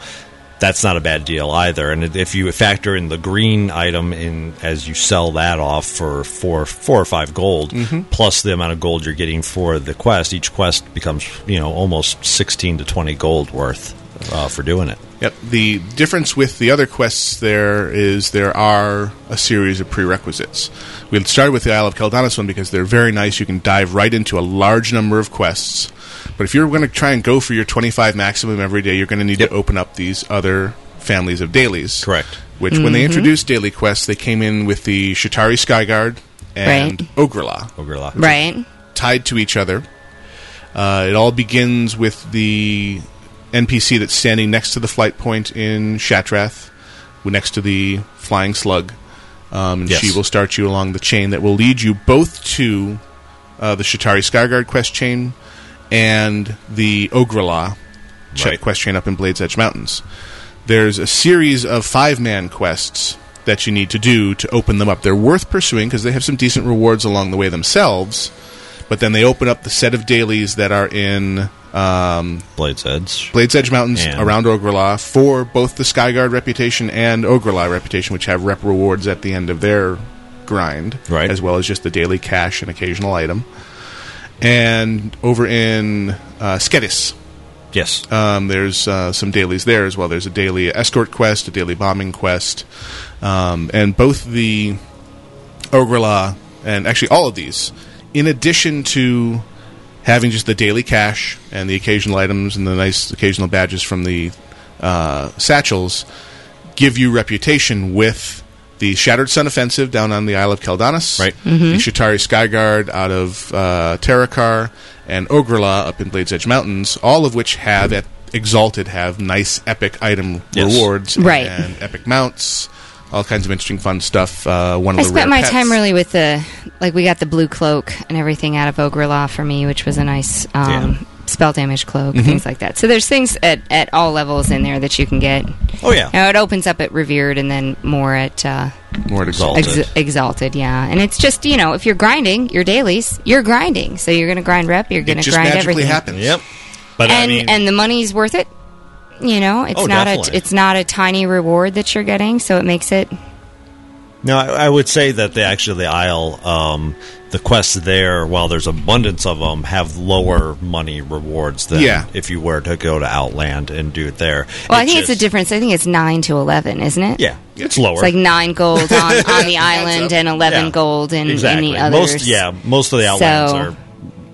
Speaker 6: that's not a bad deal either. And if you factor in the green item in as you sell that off for four, four or five gold, plus the amount of gold you're getting for the quest, each quest becomes you know almost sixteen to twenty gold worth uh, for doing it.
Speaker 1: Yep. The difference with the other quests there is there are a series of prerequisites. We started with the Isle of Caldanas one because they're very nice. You can dive right into a large number of quests. But if you're going to try and go for your 25 maximum every day, you're going to need to open up these other families of dailies.
Speaker 6: Correct.
Speaker 1: Which, when they
Speaker 6: Mhm.
Speaker 1: introduced daily quests, they came in with the Shatari Skyguard and Ogrela.
Speaker 6: Ogrela.
Speaker 5: Right.
Speaker 1: Tied to each other. Uh, it all begins with the NPC that's standing next to the flight point in Shatrath, next to the flying slug. Um, and
Speaker 6: Yes.
Speaker 1: she will start you along the chain that will lead you both to uh, the Shatari Skyguard quest chain and the Ogrela ch-
Speaker 6: Right.
Speaker 1: quest chain up in Blades Edge Mountains. There's a series of five man quests that you need to do to open them up. They're worth pursuing because they have some decent rewards along the way themselves, but then they open up the set of dailies that are in um,
Speaker 6: Blades Edge.
Speaker 1: Blades Edge Mountains
Speaker 6: And-
Speaker 1: around Ogrela for both the Skyguard reputation and Ogrela reputation, which have rep rewards at the end of their grind,
Speaker 6: Right.
Speaker 1: as well as just the daily cash and occasional item. And over in uh, Skedis,
Speaker 6: Yes.
Speaker 1: um, there's uh, some dailies there as well. There's a daily escort quest, a daily bombing quest, um, and both the Ogrela and actually all of these, in addition to having just the daily cash and the occasional items and the nice occasional badges from the uh, satchels, give you reputation with the Shattered Sun Offensive down on the Isle of Keldanas, right? The Shatari Skyguard out of uh, Terrakar, and Ogrela up in Blades Edge Mountains, all of which have at Exalted have nice epic item
Speaker 6: Yes.
Speaker 1: rewards
Speaker 5: Right.
Speaker 1: and epic mounts, all kinds of interesting fun stuff. Uh, one of
Speaker 5: I
Speaker 1: the
Speaker 5: spent
Speaker 1: rare
Speaker 5: my
Speaker 1: pets.
Speaker 5: time really with the like we got the blue cloak and everything out of Ogrela for me, which was a nice um, spell damage cloak,
Speaker 6: Mm-hmm.
Speaker 1: Mhm.
Speaker 5: things like that. So there's things at, at all levels in there that you can get.
Speaker 6: Oh yeah.
Speaker 5: Now it opens up at revered and then more at uh,
Speaker 1: More
Speaker 6: exalted.
Speaker 5: Ex- exalted, yeah. And it's just you know if you're grinding your dailies, you're grinding, so you're going to grind rep, you're going to
Speaker 1: just
Speaker 5: grind
Speaker 1: magically
Speaker 5: everything.
Speaker 1: happens.
Speaker 6: Yep. But
Speaker 5: and
Speaker 6: I mean,
Speaker 5: and the money's worth it. You know, it's
Speaker 6: Oh,
Speaker 5: not
Speaker 6: definitely.
Speaker 5: a it's not a tiny reward that you're getting, so it makes it
Speaker 6: No, I, I would say that the actually the Isle, um, the quests there, while there's abundance of them, have lower money rewards than
Speaker 1: Yeah.
Speaker 6: if you were to go to Outland and do it there.
Speaker 5: Well, I
Speaker 6: It
Speaker 5: think
Speaker 6: just-
Speaker 5: it's a difference. I think it's nine to eleven, isn't it?
Speaker 6: yeah, it's lower.
Speaker 5: It's like nine gold
Speaker 6: [laughs]
Speaker 5: on, on the island and eleven
Speaker 6: Yeah,
Speaker 5: gold in
Speaker 6: exactly.
Speaker 5: any others.
Speaker 6: Most, yeah, most of the Outlands
Speaker 5: So-
Speaker 6: are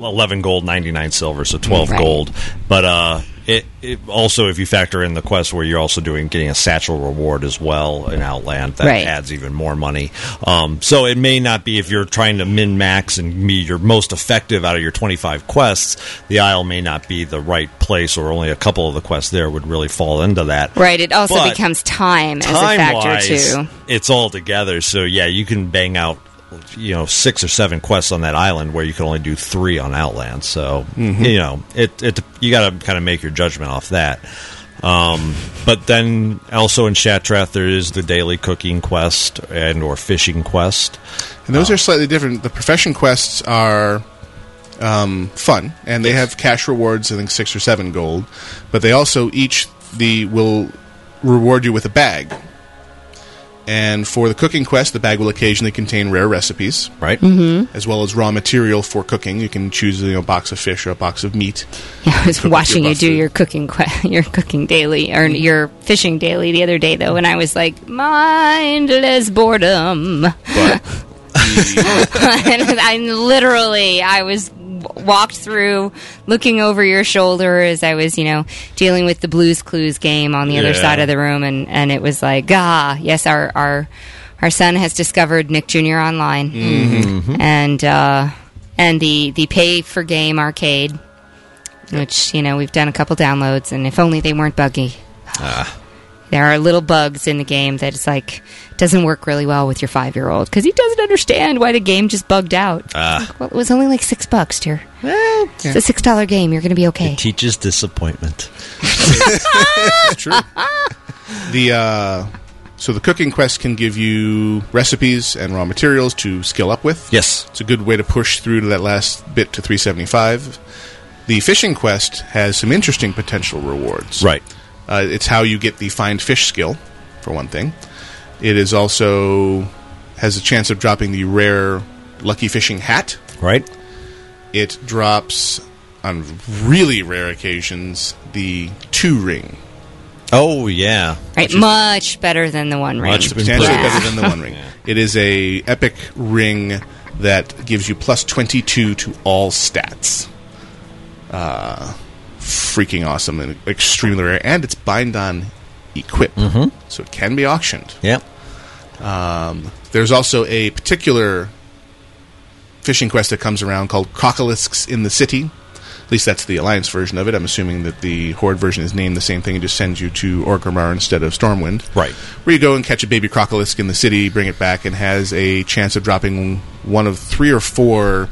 Speaker 6: eleven gold, ninety nine silver, so twelve
Speaker 5: Right.
Speaker 6: gold. But uh, it, it also if you factor in the quest where you're also doing getting a satchel reward as well in Outland, that
Speaker 5: Right.
Speaker 6: adds even more money. Um, so it may not be if you're trying to min max and be your most effective out of your twenty five quests, the Isle may not be the right place, or only a couple of the quests there would really fall into that.
Speaker 5: Right. It also
Speaker 6: But-
Speaker 5: becomes time, as a
Speaker 6: time
Speaker 5: factor
Speaker 6: wise,
Speaker 5: too. [laughs]
Speaker 6: it's all together. So yeah, you can bang out you know six or seven quests on that island where you can only do three on Outland. So
Speaker 1: Mhm.
Speaker 6: you know it, it you got to kind of make your judgment off that. Um, but then also in Shatrath there is the daily cooking quest and or fishing quest.
Speaker 1: And those are slightly different. The profession quests are um, fun, and they have cash rewards. I think six or seven gold, but they also each the will reward you with a bag. And for the cooking quest, the bag will occasionally contain rare recipes,
Speaker 6: right?
Speaker 5: Mhm.
Speaker 1: As well as raw material for cooking. You can choose you know, a box of fish or a box of meat.
Speaker 5: Yeah, I was
Speaker 6: [laughs]
Speaker 1: Cook with
Speaker 5: watching
Speaker 1: your
Speaker 5: you do
Speaker 1: buff
Speaker 5: your cooking que- [laughs] your cooking daily or
Speaker 6: Mm-hmm.
Speaker 5: your fishing daily the other day though, and I was like mindless boredom. [laughs] and I'm literally I was w- walked through looking over your shoulder as I was you know dealing with the Blues Clues game on the other
Speaker 11: Yeah.
Speaker 5: side of the room, and and it was like ah yes our our our son has discovered Nick Jr. online
Speaker 11: Mhm.
Speaker 5: and uh, and the the pay for game arcade. Which you know we've done a couple downloads, and if only they weren't buggy. There are little bugs in the game that it's like doesn't work really well with your five year old because he doesn't understand why the game just bugged out.
Speaker 6: Ah.
Speaker 5: Well, it was only like six bucks, dear. it's a six dollar game. You're going to be okay.
Speaker 6: Teaches disappointment.
Speaker 1: It's true. the uh, so the cooking quest can give you recipes and raw materials to skill up with.
Speaker 6: Yes,
Speaker 1: it's a good way to push through to that last bit to 375. The fishing quest has some interesting potential rewards.
Speaker 6: Right.
Speaker 1: Uh, it's how you get the find fish skill, for one thing. It is also has a chance of dropping the rare lucky fishing hat.
Speaker 6: Right.
Speaker 1: It drops on really rare occasions the two ring.
Speaker 6: Oh yeah.
Speaker 5: Right, much better than the one ring.
Speaker 1: Much substantially better than the
Speaker 5: [laughs]
Speaker 1: one ring. It is a epic ring that gives you plus twenty two to all stats. Uh, freaking awesome and extremely rare, and it's bind on equip,
Speaker 5: Mm-hmm.
Speaker 1: so it can be auctioned.
Speaker 6: Yep.
Speaker 1: Um, there's also a particular fishing quest that comes around called Crocolisk's in the City. At least that's the Alliance version of it. I'm assuming that the Horde version is named the same thing and just sends you to Orgrimmar instead of Stormwind.
Speaker 6: Right.
Speaker 1: Where you go and catch a baby crocolisk in the city, bring it back, and has a chance of dropping one of three or four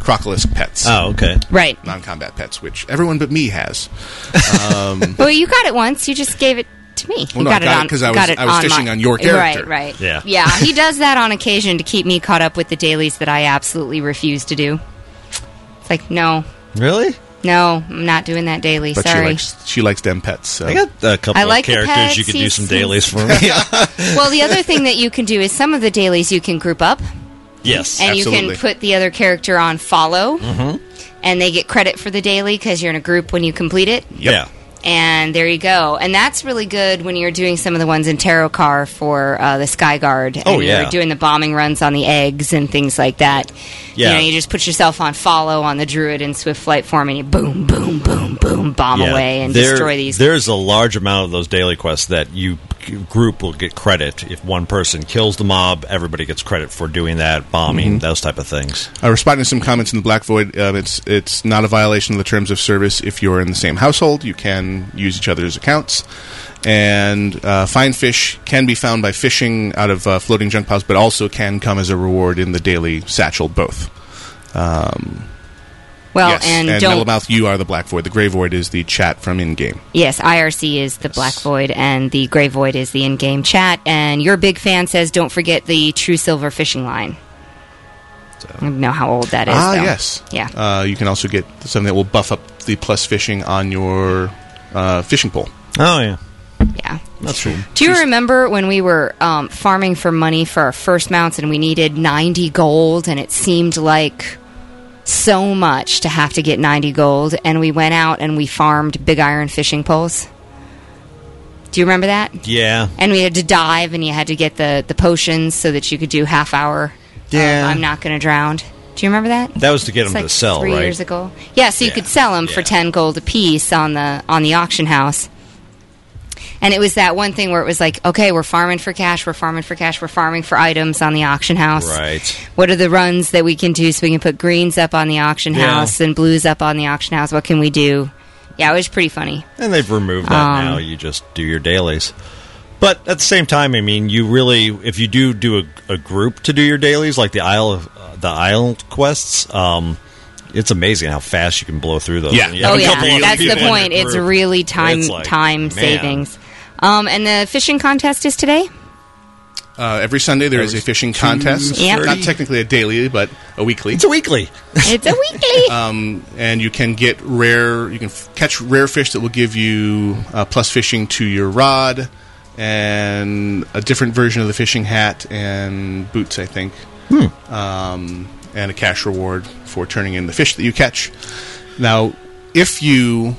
Speaker 1: crocolisk pets.
Speaker 6: Oh, okay.
Speaker 5: Right.
Speaker 1: Non combat pets, which everyone but me has. Um,
Speaker 5: Well, you got it once. You just gave it to me.
Speaker 1: Well,
Speaker 5: you
Speaker 1: no, I
Speaker 5: got,
Speaker 1: got it
Speaker 5: it on
Speaker 1: 'cause I was-
Speaker 5: got it
Speaker 1: I was
Speaker 5: on
Speaker 1: fishing
Speaker 5: my-
Speaker 1: on your character.
Speaker 5: Right, right.
Speaker 6: Yeah.
Speaker 5: yeah. He does that on occasion to keep me caught up with the dailies that I absolutely refuse to do. It's like no,
Speaker 6: Really?
Speaker 5: no, I'm not doing that daily.
Speaker 1: but she
Speaker 5: sorry.
Speaker 1: likes, she likes them pets. So.
Speaker 6: I got a couple
Speaker 5: I like
Speaker 6: of
Speaker 5: the
Speaker 6: characters
Speaker 5: pets,
Speaker 6: you could do
Speaker 5: he's-
Speaker 6: some dailies
Speaker 5: [laughs]
Speaker 6: for me.
Speaker 5: well, the other thing that you can do is some of the dailies you can group up,
Speaker 6: yes.
Speaker 5: and you
Speaker 1: Absolutely.
Speaker 5: can put the other character on follow,
Speaker 6: Mm-hmm.
Speaker 5: and they get credit for the daily because you're in a group when you complete it.
Speaker 6: Yeah.
Speaker 5: and there you go. And that's really good when you're doing some of the ones in Tarot Car for uh, the Sky Guard. And
Speaker 6: Oh, yeah.
Speaker 5: You're doing the bombing runs on the eggs and things like that.
Speaker 6: Yeah.
Speaker 5: You know, you just put yourself on follow on the Druid in Swift Flight form and you boom, boom, boom, boom, bomb
Speaker 6: Yeah.
Speaker 5: away and
Speaker 6: There-
Speaker 5: destroy these.
Speaker 6: There's a large amount of those daily quests that you group will get credit if one person kills the mob. Everybody gets credit for doing that bombing, those type of things.
Speaker 1: Uh, responding to some comments in the Black Void, um, it's it's not a violation of the terms of service if you're in the same household. You can use each other's accounts, and uh, fine fish can be found by fishing out of uh, floating junk piles, but also can come as a reward in the daily satchel. Both. Um,
Speaker 5: well,
Speaker 1: yes,
Speaker 5: and,
Speaker 1: and
Speaker 5: don't.
Speaker 1: Metalmouth, you are the Black Void. The Gray Void is the chat from in game.
Speaker 5: Yes, IRC is the Black Void and the Gray Void is the in game chat. And your big fan says don't forget the True Silver fishing line. I don't know how old that is.
Speaker 1: Ah,
Speaker 5: though.
Speaker 1: yes.
Speaker 5: Yeah.
Speaker 1: Uh, you can also get something that will buff up the plus fishing on your uh, fishing pole.
Speaker 6: Oh yeah,
Speaker 5: yeah.
Speaker 6: that's cool.
Speaker 5: Do you remember when we were um, farming for money for our first mounts and we needed 90 gold and it seemed like so much to have to get 90 gold and we went out and we farmed big iron fishing poles? Do you remember that?
Speaker 6: Yeah,
Speaker 5: And we had to dive and you had to get the, the potions so that you could do half hour.
Speaker 6: Yeah.
Speaker 5: uh, I'm not going to drown. Do you remember that?
Speaker 6: that was to get them
Speaker 5: It's
Speaker 6: to
Speaker 5: like
Speaker 6: sell,
Speaker 5: three
Speaker 6: right?
Speaker 5: years ago. Yeah, so you
Speaker 6: Yeah,
Speaker 5: could sell them for
Speaker 6: yeah.
Speaker 5: ten gold a piece on the on the auction house. And it was that one thing where it was like, okay, we're farming for cash, we're farming for cash, we're farming for items on the auction house.
Speaker 6: Right.
Speaker 5: What are the runs that we can do so we can put greens up on the auction
Speaker 6: Yeah.
Speaker 5: house and blues up on the auction house? What can we do? Yeah, it was pretty funny.
Speaker 6: And they've removed that
Speaker 5: Um,
Speaker 6: now. You just do your dailies. But at the same time, I mean, you really, if you do do a, a group to do your dailies, like the Isle, of, uh, the Isle quests, um, it's amazing how fast you can blow through those.
Speaker 1: Yeah.
Speaker 6: And
Speaker 5: oh
Speaker 6: have a
Speaker 5: yeah,
Speaker 6: couple other
Speaker 5: that's the
Speaker 6: people in
Speaker 5: point.
Speaker 6: your
Speaker 5: It's
Speaker 6: group.
Speaker 5: really time
Speaker 6: It's like,
Speaker 5: time
Speaker 6: man.
Speaker 5: savings. Um, and the fishing contest is today.
Speaker 1: Uh, every Sunday there is a fishing contest.
Speaker 5: Yep.
Speaker 1: Not technically a daily, but a weekly.
Speaker 6: It's a weekly.
Speaker 5: It's a weekly.
Speaker 1: um, and you can get rare. You can f- catch rare fish that will give you uh, plus fishing to your rod, and a different version of the fishing hat and boots, I think,
Speaker 6: Hmm.
Speaker 1: um, and a cash reward for turning in the fish that you catch. Now, if you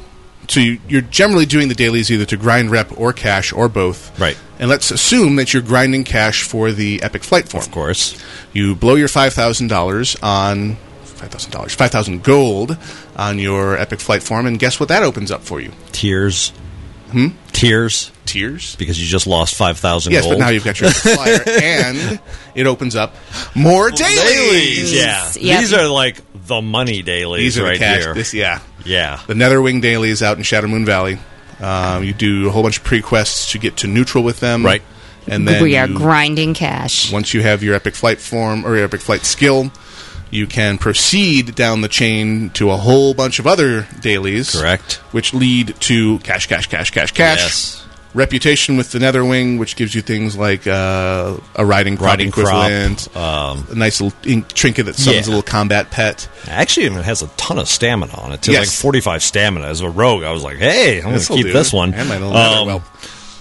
Speaker 1: so you- you're generally doing the dailies either to grind rep or cash or both,
Speaker 6: Right.
Speaker 1: And let's assume that you're grinding cash for the epic flight [laughs] form.
Speaker 6: Of course.
Speaker 1: You blow your five thousand dollars on five thousand dollars, five thousand gold on your epic flight form, and guess what that opens up for you?
Speaker 6: Tears.
Speaker 1: Hmm?
Speaker 6: Tears.
Speaker 1: Tears.
Speaker 6: Because you just lost 5,000
Speaker 1: Yes,
Speaker 6: gold.
Speaker 1: but now you've
Speaker 6: [laughs]
Speaker 1: got your flyer, and it opens up more dailies.
Speaker 6: Dailies, yeah.
Speaker 5: Yep.
Speaker 6: These are like the money dailies
Speaker 1: These are the
Speaker 6: right
Speaker 1: cash.
Speaker 6: here.
Speaker 1: This, yeah,
Speaker 6: yeah.
Speaker 1: the Netherwing daily is out in Shadow Moon Valley. Um, you do a whole bunch of pre-quests to get to neutral with them,
Speaker 6: Right.
Speaker 1: And then
Speaker 5: we are
Speaker 1: you-
Speaker 5: grinding cash.
Speaker 1: Once you have your epic flight form or your epic flight skill, you can proceed down the chain to a whole bunch of other dailies.
Speaker 6: Correct.
Speaker 1: Which lead to cash, cash, cash, cash, cash.
Speaker 6: Yes.
Speaker 1: reputation with the Netherwing, which gives you things like uh, a riding crop
Speaker 6: Riding crop, uh,
Speaker 1: equivalent,
Speaker 6: Um,
Speaker 1: a nice little in- trinket that summons a
Speaker 6: Yeah.
Speaker 1: little combat pet.
Speaker 6: Actually, it has a ton of stamina on it. Too.
Speaker 1: Yes.
Speaker 6: Like 45 stamina as a rogue. I was like, hey, I'm going to
Speaker 1: This'll
Speaker 6: keep
Speaker 1: do.
Speaker 6: this one. Um,
Speaker 1: And my little nether whelp.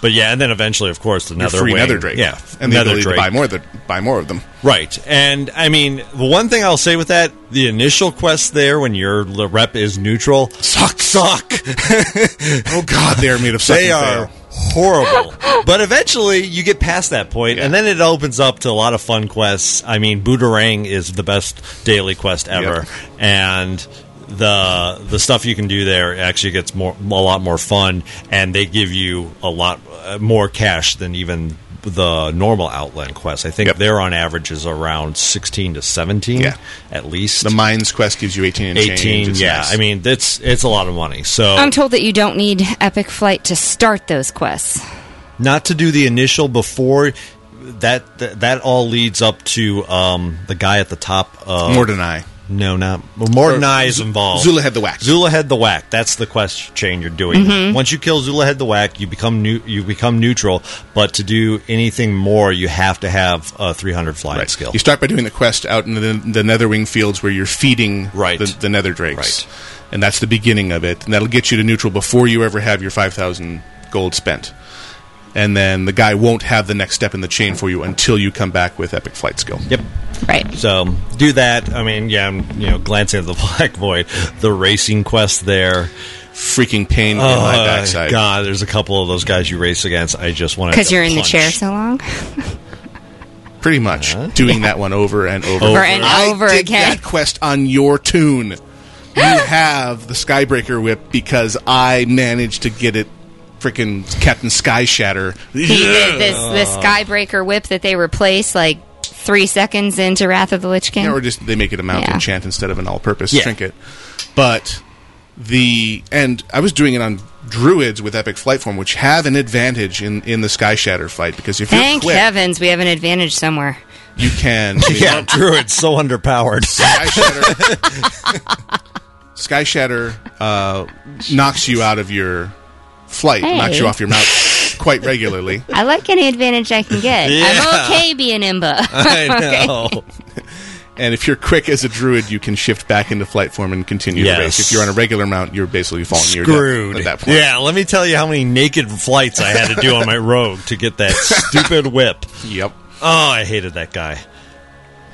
Speaker 6: But yeah, and then eventually, of course, the
Speaker 1: Your
Speaker 6: nether
Speaker 1: free
Speaker 6: wing.
Speaker 1: Nether Drake,
Speaker 6: Yeah,
Speaker 1: and the
Speaker 6: Nether
Speaker 1: ability
Speaker 6: Drake.
Speaker 1: to buy more, of the, buy more
Speaker 6: [laughs]
Speaker 1: of them.
Speaker 6: Right. And I mean, the one thing I'll say with that, the initial quest there when your l- rep is neutral suck suck.
Speaker 1: oh god, they are made of suck
Speaker 6: They
Speaker 1: and
Speaker 6: are
Speaker 1: fail.
Speaker 6: horrible.
Speaker 1: [laughs]
Speaker 6: but eventually you get past that point and then it opens up to a lot of fun quests. I mean, Booderang is the best daily quest ever. And the the stuff you can do there actually gets more a lot more fun and they give you a lot uh, more cash than even the normal outland quest. I think they're on average is around 16 to 17
Speaker 1: Yeah.
Speaker 6: at least.
Speaker 1: The Mines quest gives you eighteen and
Speaker 6: 18
Speaker 1: Change.
Speaker 6: yeah. I mean, it's it's a lot of money. So
Speaker 5: I'm told that you don't need Epic Flight to start those quests.
Speaker 6: not to do the initial before that that, that all leads up to um, the guy at the top of
Speaker 1: Mordenai.
Speaker 6: No, not well, Mordenai is involved.
Speaker 1: Zula had the whack.
Speaker 6: Zula head the whack. That's the quest chain you're doing.
Speaker 1: Mhm.
Speaker 6: Once you kill Zula head the whack, you become new. You become neutral. But to do anything more, you have to have a 300 flying skill.
Speaker 1: You start by doing the quest out in the, the Netherwing fields where you're feeding the, the Nether Drakes. And that's the beginning of it. And that'll get you to neutral before you ever have your 5,000 gold spent. And then the guy won't have the next step in the chain for you until you come back with Epic Flight Skill.
Speaker 6: Yep.
Speaker 5: Right.
Speaker 6: So do that. I mean, yeah, I'm you know glancing at the [laughs] black void, the racing quest there. Uh,
Speaker 1: Freaking pain in my
Speaker 6: Oh,
Speaker 1: backside.
Speaker 6: God, there's a couple of those guys you race against. I just want to
Speaker 5: Because you're in the chair so long. [laughs]
Speaker 1: Pretty much. Doing that one over and over.
Speaker 5: Over and
Speaker 1: I
Speaker 5: over
Speaker 1: did
Speaker 5: again.
Speaker 1: that quest on your tune.
Speaker 5: [gasps]
Speaker 1: You have the Skybreaker whip because I managed to get it freaking Captain Sky Shatter.
Speaker 5: He did this this Skybreaker whip that they replaced like three seconds into Wrath of the Lich King.
Speaker 1: Yeah, or just they make it a mountain
Speaker 5: Yeah.
Speaker 1: chant instead of an all-purpose
Speaker 5: Yeah.
Speaker 1: trinket. But the and I was doing it on druids with epic flight form, which have an advantage in in the sky shatter fight because if
Speaker 5: Thank
Speaker 1: you're quick,
Speaker 5: heavens we have an advantage somewhere.
Speaker 1: you [laughs] can
Speaker 6: [laughs] yeah, druid's so
Speaker 1: [laughs]
Speaker 6: underpowered.
Speaker 1: Sky shatter. sky shatter uh, knocks you out of your flight, knocks
Speaker 5: Hey.
Speaker 1: you off your mount quite regularly.
Speaker 5: I like any advantage I can get.
Speaker 1: Yeah.
Speaker 5: I'm okay being Imba.
Speaker 6: [laughs]
Speaker 5: [laughs] Okay.
Speaker 6: Oh,
Speaker 1: And if you're quick as a druid, you can shift back into flight form and continue
Speaker 6: Yes.
Speaker 1: the race. If you're on a regular mount, you're basically falling near
Speaker 6: Screwed.
Speaker 1: death at that point.
Speaker 6: Yeah, let me tell you how many naked flights I had to do on my rogue to
Speaker 1: [laughs]
Speaker 6: get that stupid whip.
Speaker 1: Yep.
Speaker 6: Oh, I hated that guy.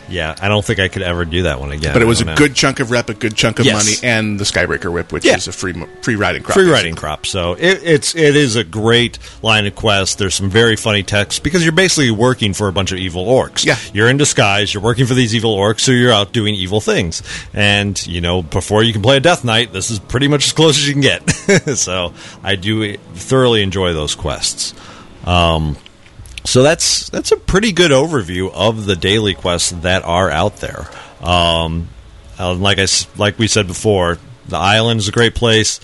Speaker 6: Yeah, I don't think I could ever do that one again.
Speaker 1: but it
Speaker 6: I
Speaker 1: was a
Speaker 6: don't know.
Speaker 1: good chunk of rep, a good chunk of
Speaker 6: Yes.
Speaker 1: money, and the Skybreaker Whip, which
Speaker 6: Yeah.
Speaker 1: is a free mo- free riding crop.
Speaker 6: Free riding crop. So it, it's it is a great line of quest. There's some very funny texts because you're basically working for a bunch of evil orcs. Yeah, you're in disguise. You're working for these evil orcs, so you're out doing evil things. And you know, before you can play a death knight, this is pretty much as close as you can get. [laughs] so I do thoroughly enjoy those quests. Um, so that's that's a pretty good overview of the daily quests that are out there. Um, uh, like I s- like we said before, the island is a great place.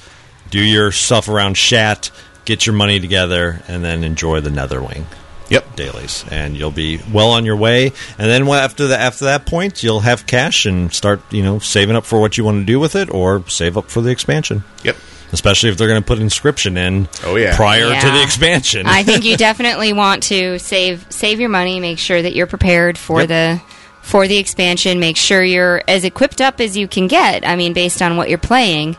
Speaker 6: Do your stuff around Shat, get your money together, and then enjoy the Netherwing.
Speaker 1: Yep,
Speaker 6: dailies, and you'll be well on your way. And then wha- after the, after that point, you'll have cash and start you know saving up for what you want to do with it, or save up for the expansion.
Speaker 1: Yep.
Speaker 6: Especially if they're going to put inscription in.
Speaker 1: Oh yeah.
Speaker 6: Prior to
Speaker 5: Yeah.
Speaker 6: the expansion,
Speaker 5: I
Speaker 6: [laughs]
Speaker 5: think you definitely want to save save your money, make sure that you're prepared for
Speaker 6: Yep.
Speaker 5: the for the expansion, make sure you're as equipped up as you can get. I mean, based on what you're playing.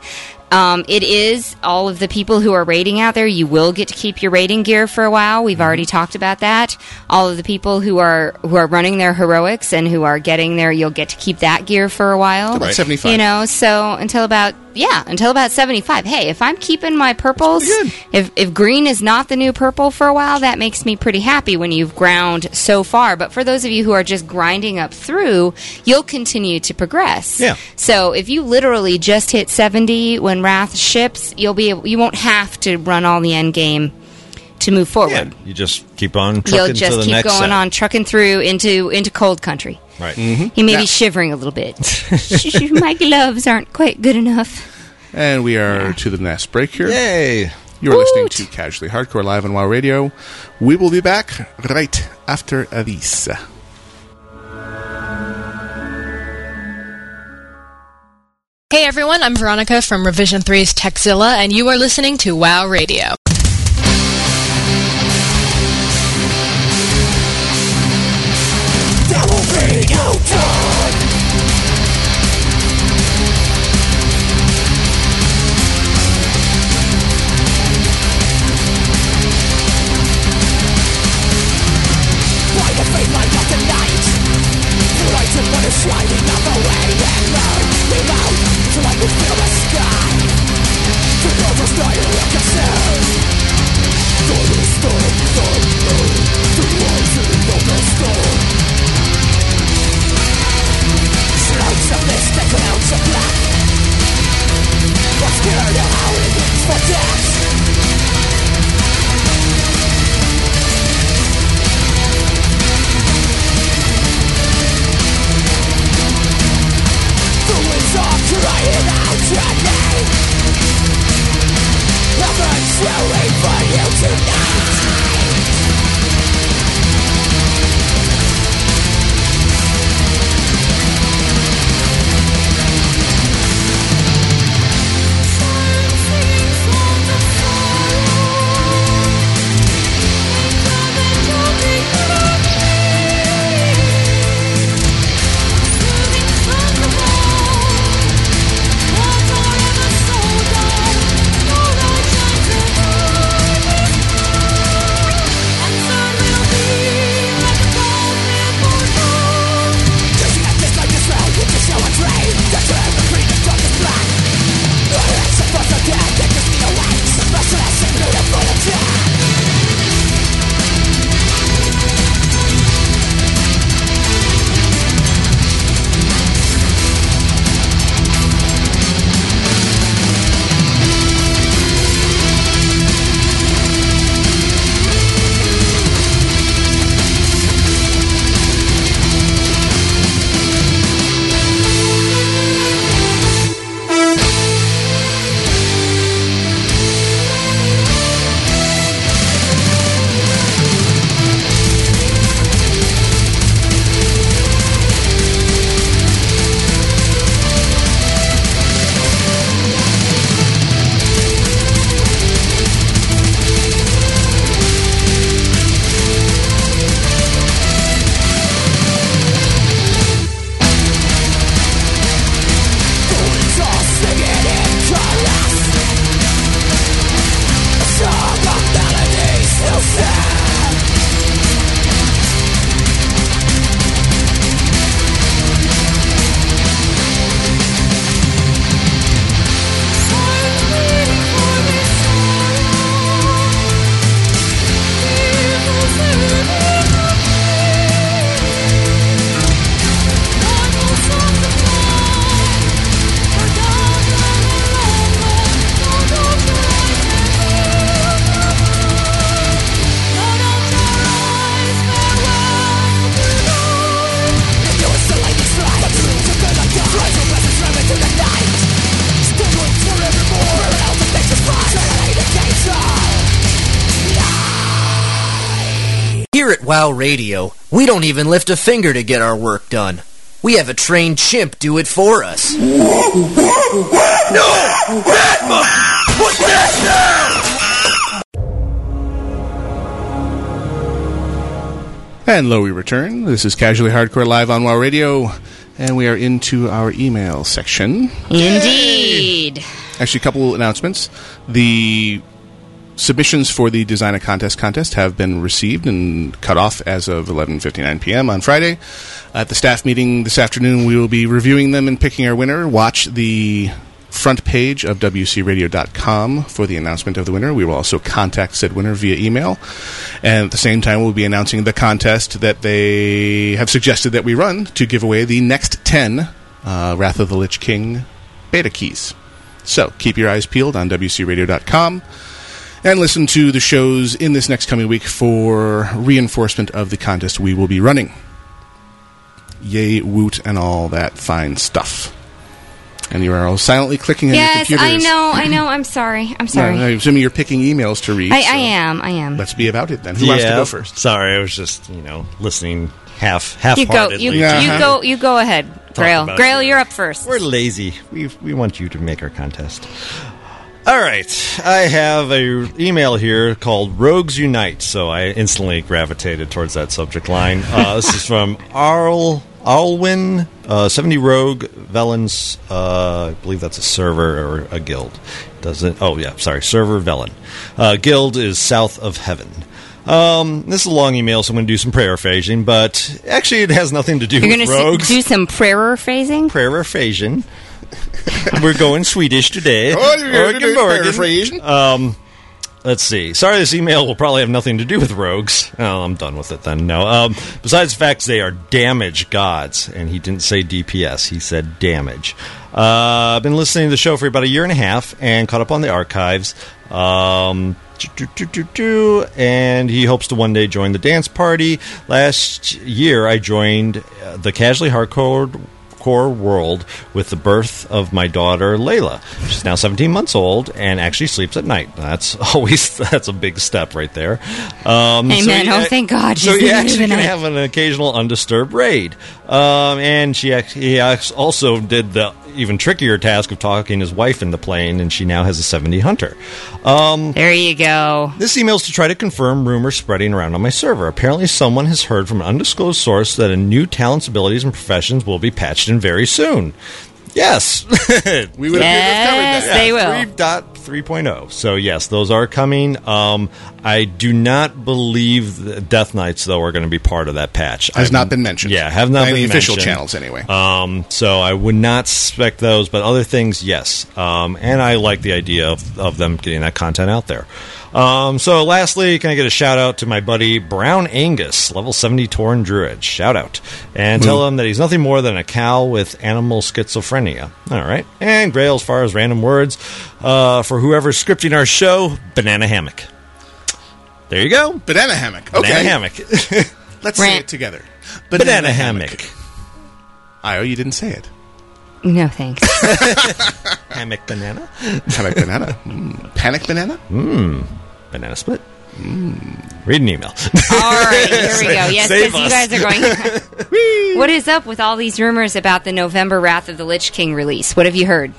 Speaker 5: Um, it is all of the people who are raiding out there. You will get to keep your raiding gear for a while. We've already talked about that. All of the people who are who are running their heroics and who are getting there, you'll get to keep that gear for a while.
Speaker 1: About Right. 75.
Speaker 5: You know, so until about yeah, until about seventy five. Hey, if I'm keeping my purples, if if green is not the new purple for a while, that makes me pretty happy when you've ground so far. But for those of you who are just grinding up through, you'll continue to progress.
Speaker 11: Yeah.
Speaker 5: So if you literally just hit seventy when Wrath ships, you'll be able, you won't have to run all the end game to move forward.
Speaker 6: you just keep on trucking
Speaker 5: You'll
Speaker 6: to
Speaker 5: just
Speaker 6: the
Speaker 5: keep
Speaker 6: next
Speaker 5: going
Speaker 6: set.
Speaker 5: on trucking through into into cold country.
Speaker 6: Right.
Speaker 5: He may
Speaker 1: Yeah.
Speaker 5: be shivering a little
Speaker 6: [laughs]
Speaker 5: bit. My gloves aren't quite good enough.
Speaker 1: And we are to the last break here.
Speaker 6: Yay!
Speaker 1: You're listening to Casually Hardcore live on WoW Radio. We will be back right after this.
Speaker 12: Hey everyone, I'm Veronica from Revision 3's Techzilla, and you are listening to WoW Radio.
Speaker 11: Here at WoW Radio, we don't even lift a finger to get our work done. We have a trained chimp do it for us.
Speaker 8: No! Batman! Put that down!
Speaker 1: And lo, we return. This is Casually Hardcore Live on WoW Radio, and we are into our email section.
Speaker 5: Indeed.
Speaker 1: Actually, a couple announcements. The submissions for the Design a Contest contest have been received and cut off as of 11:59 p.m. on Friday. At the staff meeting this afternoon, we will be reviewing them and picking our winner. Watch the front page of wcradio.com for the announcement of the winner. We will also contact said winner via email. And at the same time, we'll be announcing the contest that they have suggested that we run to give away the next 10 uh, Wrath of the Lich King beta keys. So keep your eyes peeled on wcradio.com and listen to the shows in this next coming week for reinforcement of the contest we will be running. Yay, woot, and all that fine stuff. And you are all silently clicking on
Speaker 5: yes,
Speaker 1: your
Speaker 5: I
Speaker 1: computers.
Speaker 5: know. I know. I'm sorry. I'm sorry.
Speaker 1: Yeah, I'm assuming you're picking emails to read.
Speaker 5: I,
Speaker 1: so
Speaker 5: I am. I am.
Speaker 1: Let's be about it then. Who wants to
Speaker 6: Yeah,
Speaker 1: go first?
Speaker 6: Sorry, I was just you know listening half
Speaker 5: You go.
Speaker 6: half-heartedly.
Speaker 5: You,
Speaker 6: to
Speaker 5: you go. You go ahead, Grail.
Speaker 6: about
Speaker 5: Grail, you're up first.
Speaker 6: We're lazy. We we want you to make our contest. All right, I have a email here called "Rogues Unite," so I instantly gravitated towards that subject line. Uh, this is from Arl Alwyn, uh, seventy Rogue Velen's. Uh, I believe that's a server or a guild. Doesn't? Oh yeah, sorry, server Velen. Uh, guild is south of heaven. Um, this is a long email, so I'm going to do some paraphrasing, but actually, it has nothing to do
Speaker 5: You're
Speaker 6: with
Speaker 5: gonna s-
Speaker 6: rogues.
Speaker 5: do some prayer phrasing.
Speaker 6: Paraphrasing. We're going Swedish today.
Speaker 1: Oh, you're gonna
Speaker 6: Organ
Speaker 1: do
Speaker 6: Morgan.
Speaker 1: paraphrasing.
Speaker 6: Um, let's see. Sorry, this email will probably have nothing to do with rogues. Oh, I'm done with it then. No. Um, besides the fact they are damage gods, and he didn't say DPS, he said damage. Uh, I've been listening to the show for about a year and a half and caught up on the archives. Um, do, do, do, do, and he hopes to one day join the dance party. Last year, I joined uh, the casually hardcore core world with the birth of my daughter Layla. She's now 17 months old and actually sleeps at night. That's [laughs] always that's a big step right there. Um,
Speaker 5: Amen.
Speaker 6: you-
Speaker 5: Oh, thank God.
Speaker 6: So
Speaker 5: She's
Speaker 6: you
Speaker 5: sleeping
Speaker 6: actually
Speaker 5: at
Speaker 6: can
Speaker 5: night.
Speaker 6: have an occasional undisturbed raid. Um, and she act- he act- also did the even trickier task of talking his wife in the plane, and she now has a 70 Hunter. Um,
Speaker 5: there you go.
Speaker 6: This email is to try to confirm rumors spreading around on my server. Apparently, someone has heard from an undisclosed source that a new talents, abilities, and professions will be patched in very soon. Yes. we
Speaker 5: would have covered that. Yes,
Speaker 6: [laughs]
Speaker 5: they will.
Speaker 6: 3.0. oh. So, yes, those are coming. Um, I do not believe the Death Knights, though, are going to be part of that patch.
Speaker 1: Has
Speaker 6: I've-
Speaker 1: not been mentioned.
Speaker 6: Yeah, have
Speaker 1: By
Speaker 6: not been
Speaker 1: the official
Speaker 6: mentioned.
Speaker 1: channels, anyway.
Speaker 6: Um, so I would not suspect those, but other things, yes. Um, and I like the idea of, of them getting that content out there. Um, so lastly, can I get a shout out to my buddy Brown Angus, level 70 Torn Druid? Shout out. And tell him that he's nothing more than a cow with animal schizophrenia. All right. And Grail, as far as random words, uh, for whoever's scripting our show, banana hammock. There you go.
Speaker 1: Banana hammock. Okay.
Speaker 6: Banana hammock. [laughs]
Speaker 1: Let's say it together. Banana, hammock. Io, you didn't say it.
Speaker 5: No thanks.
Speaker 6: hammock banana.
Speaker 1: Panic banana. Mm. Panic banana.
Speaker 6: Mmm. Banana split. Mmm. Read an email. [laughs]
Speaker 5: All right, here we go. Yes,
Speaker 6: Save
Speaker 5: because you
Speaker 6: us.
Speaker 5: guys are going. [laughs] what is up with all these rumors about the November Wrath of the Lich King release? What have you heard?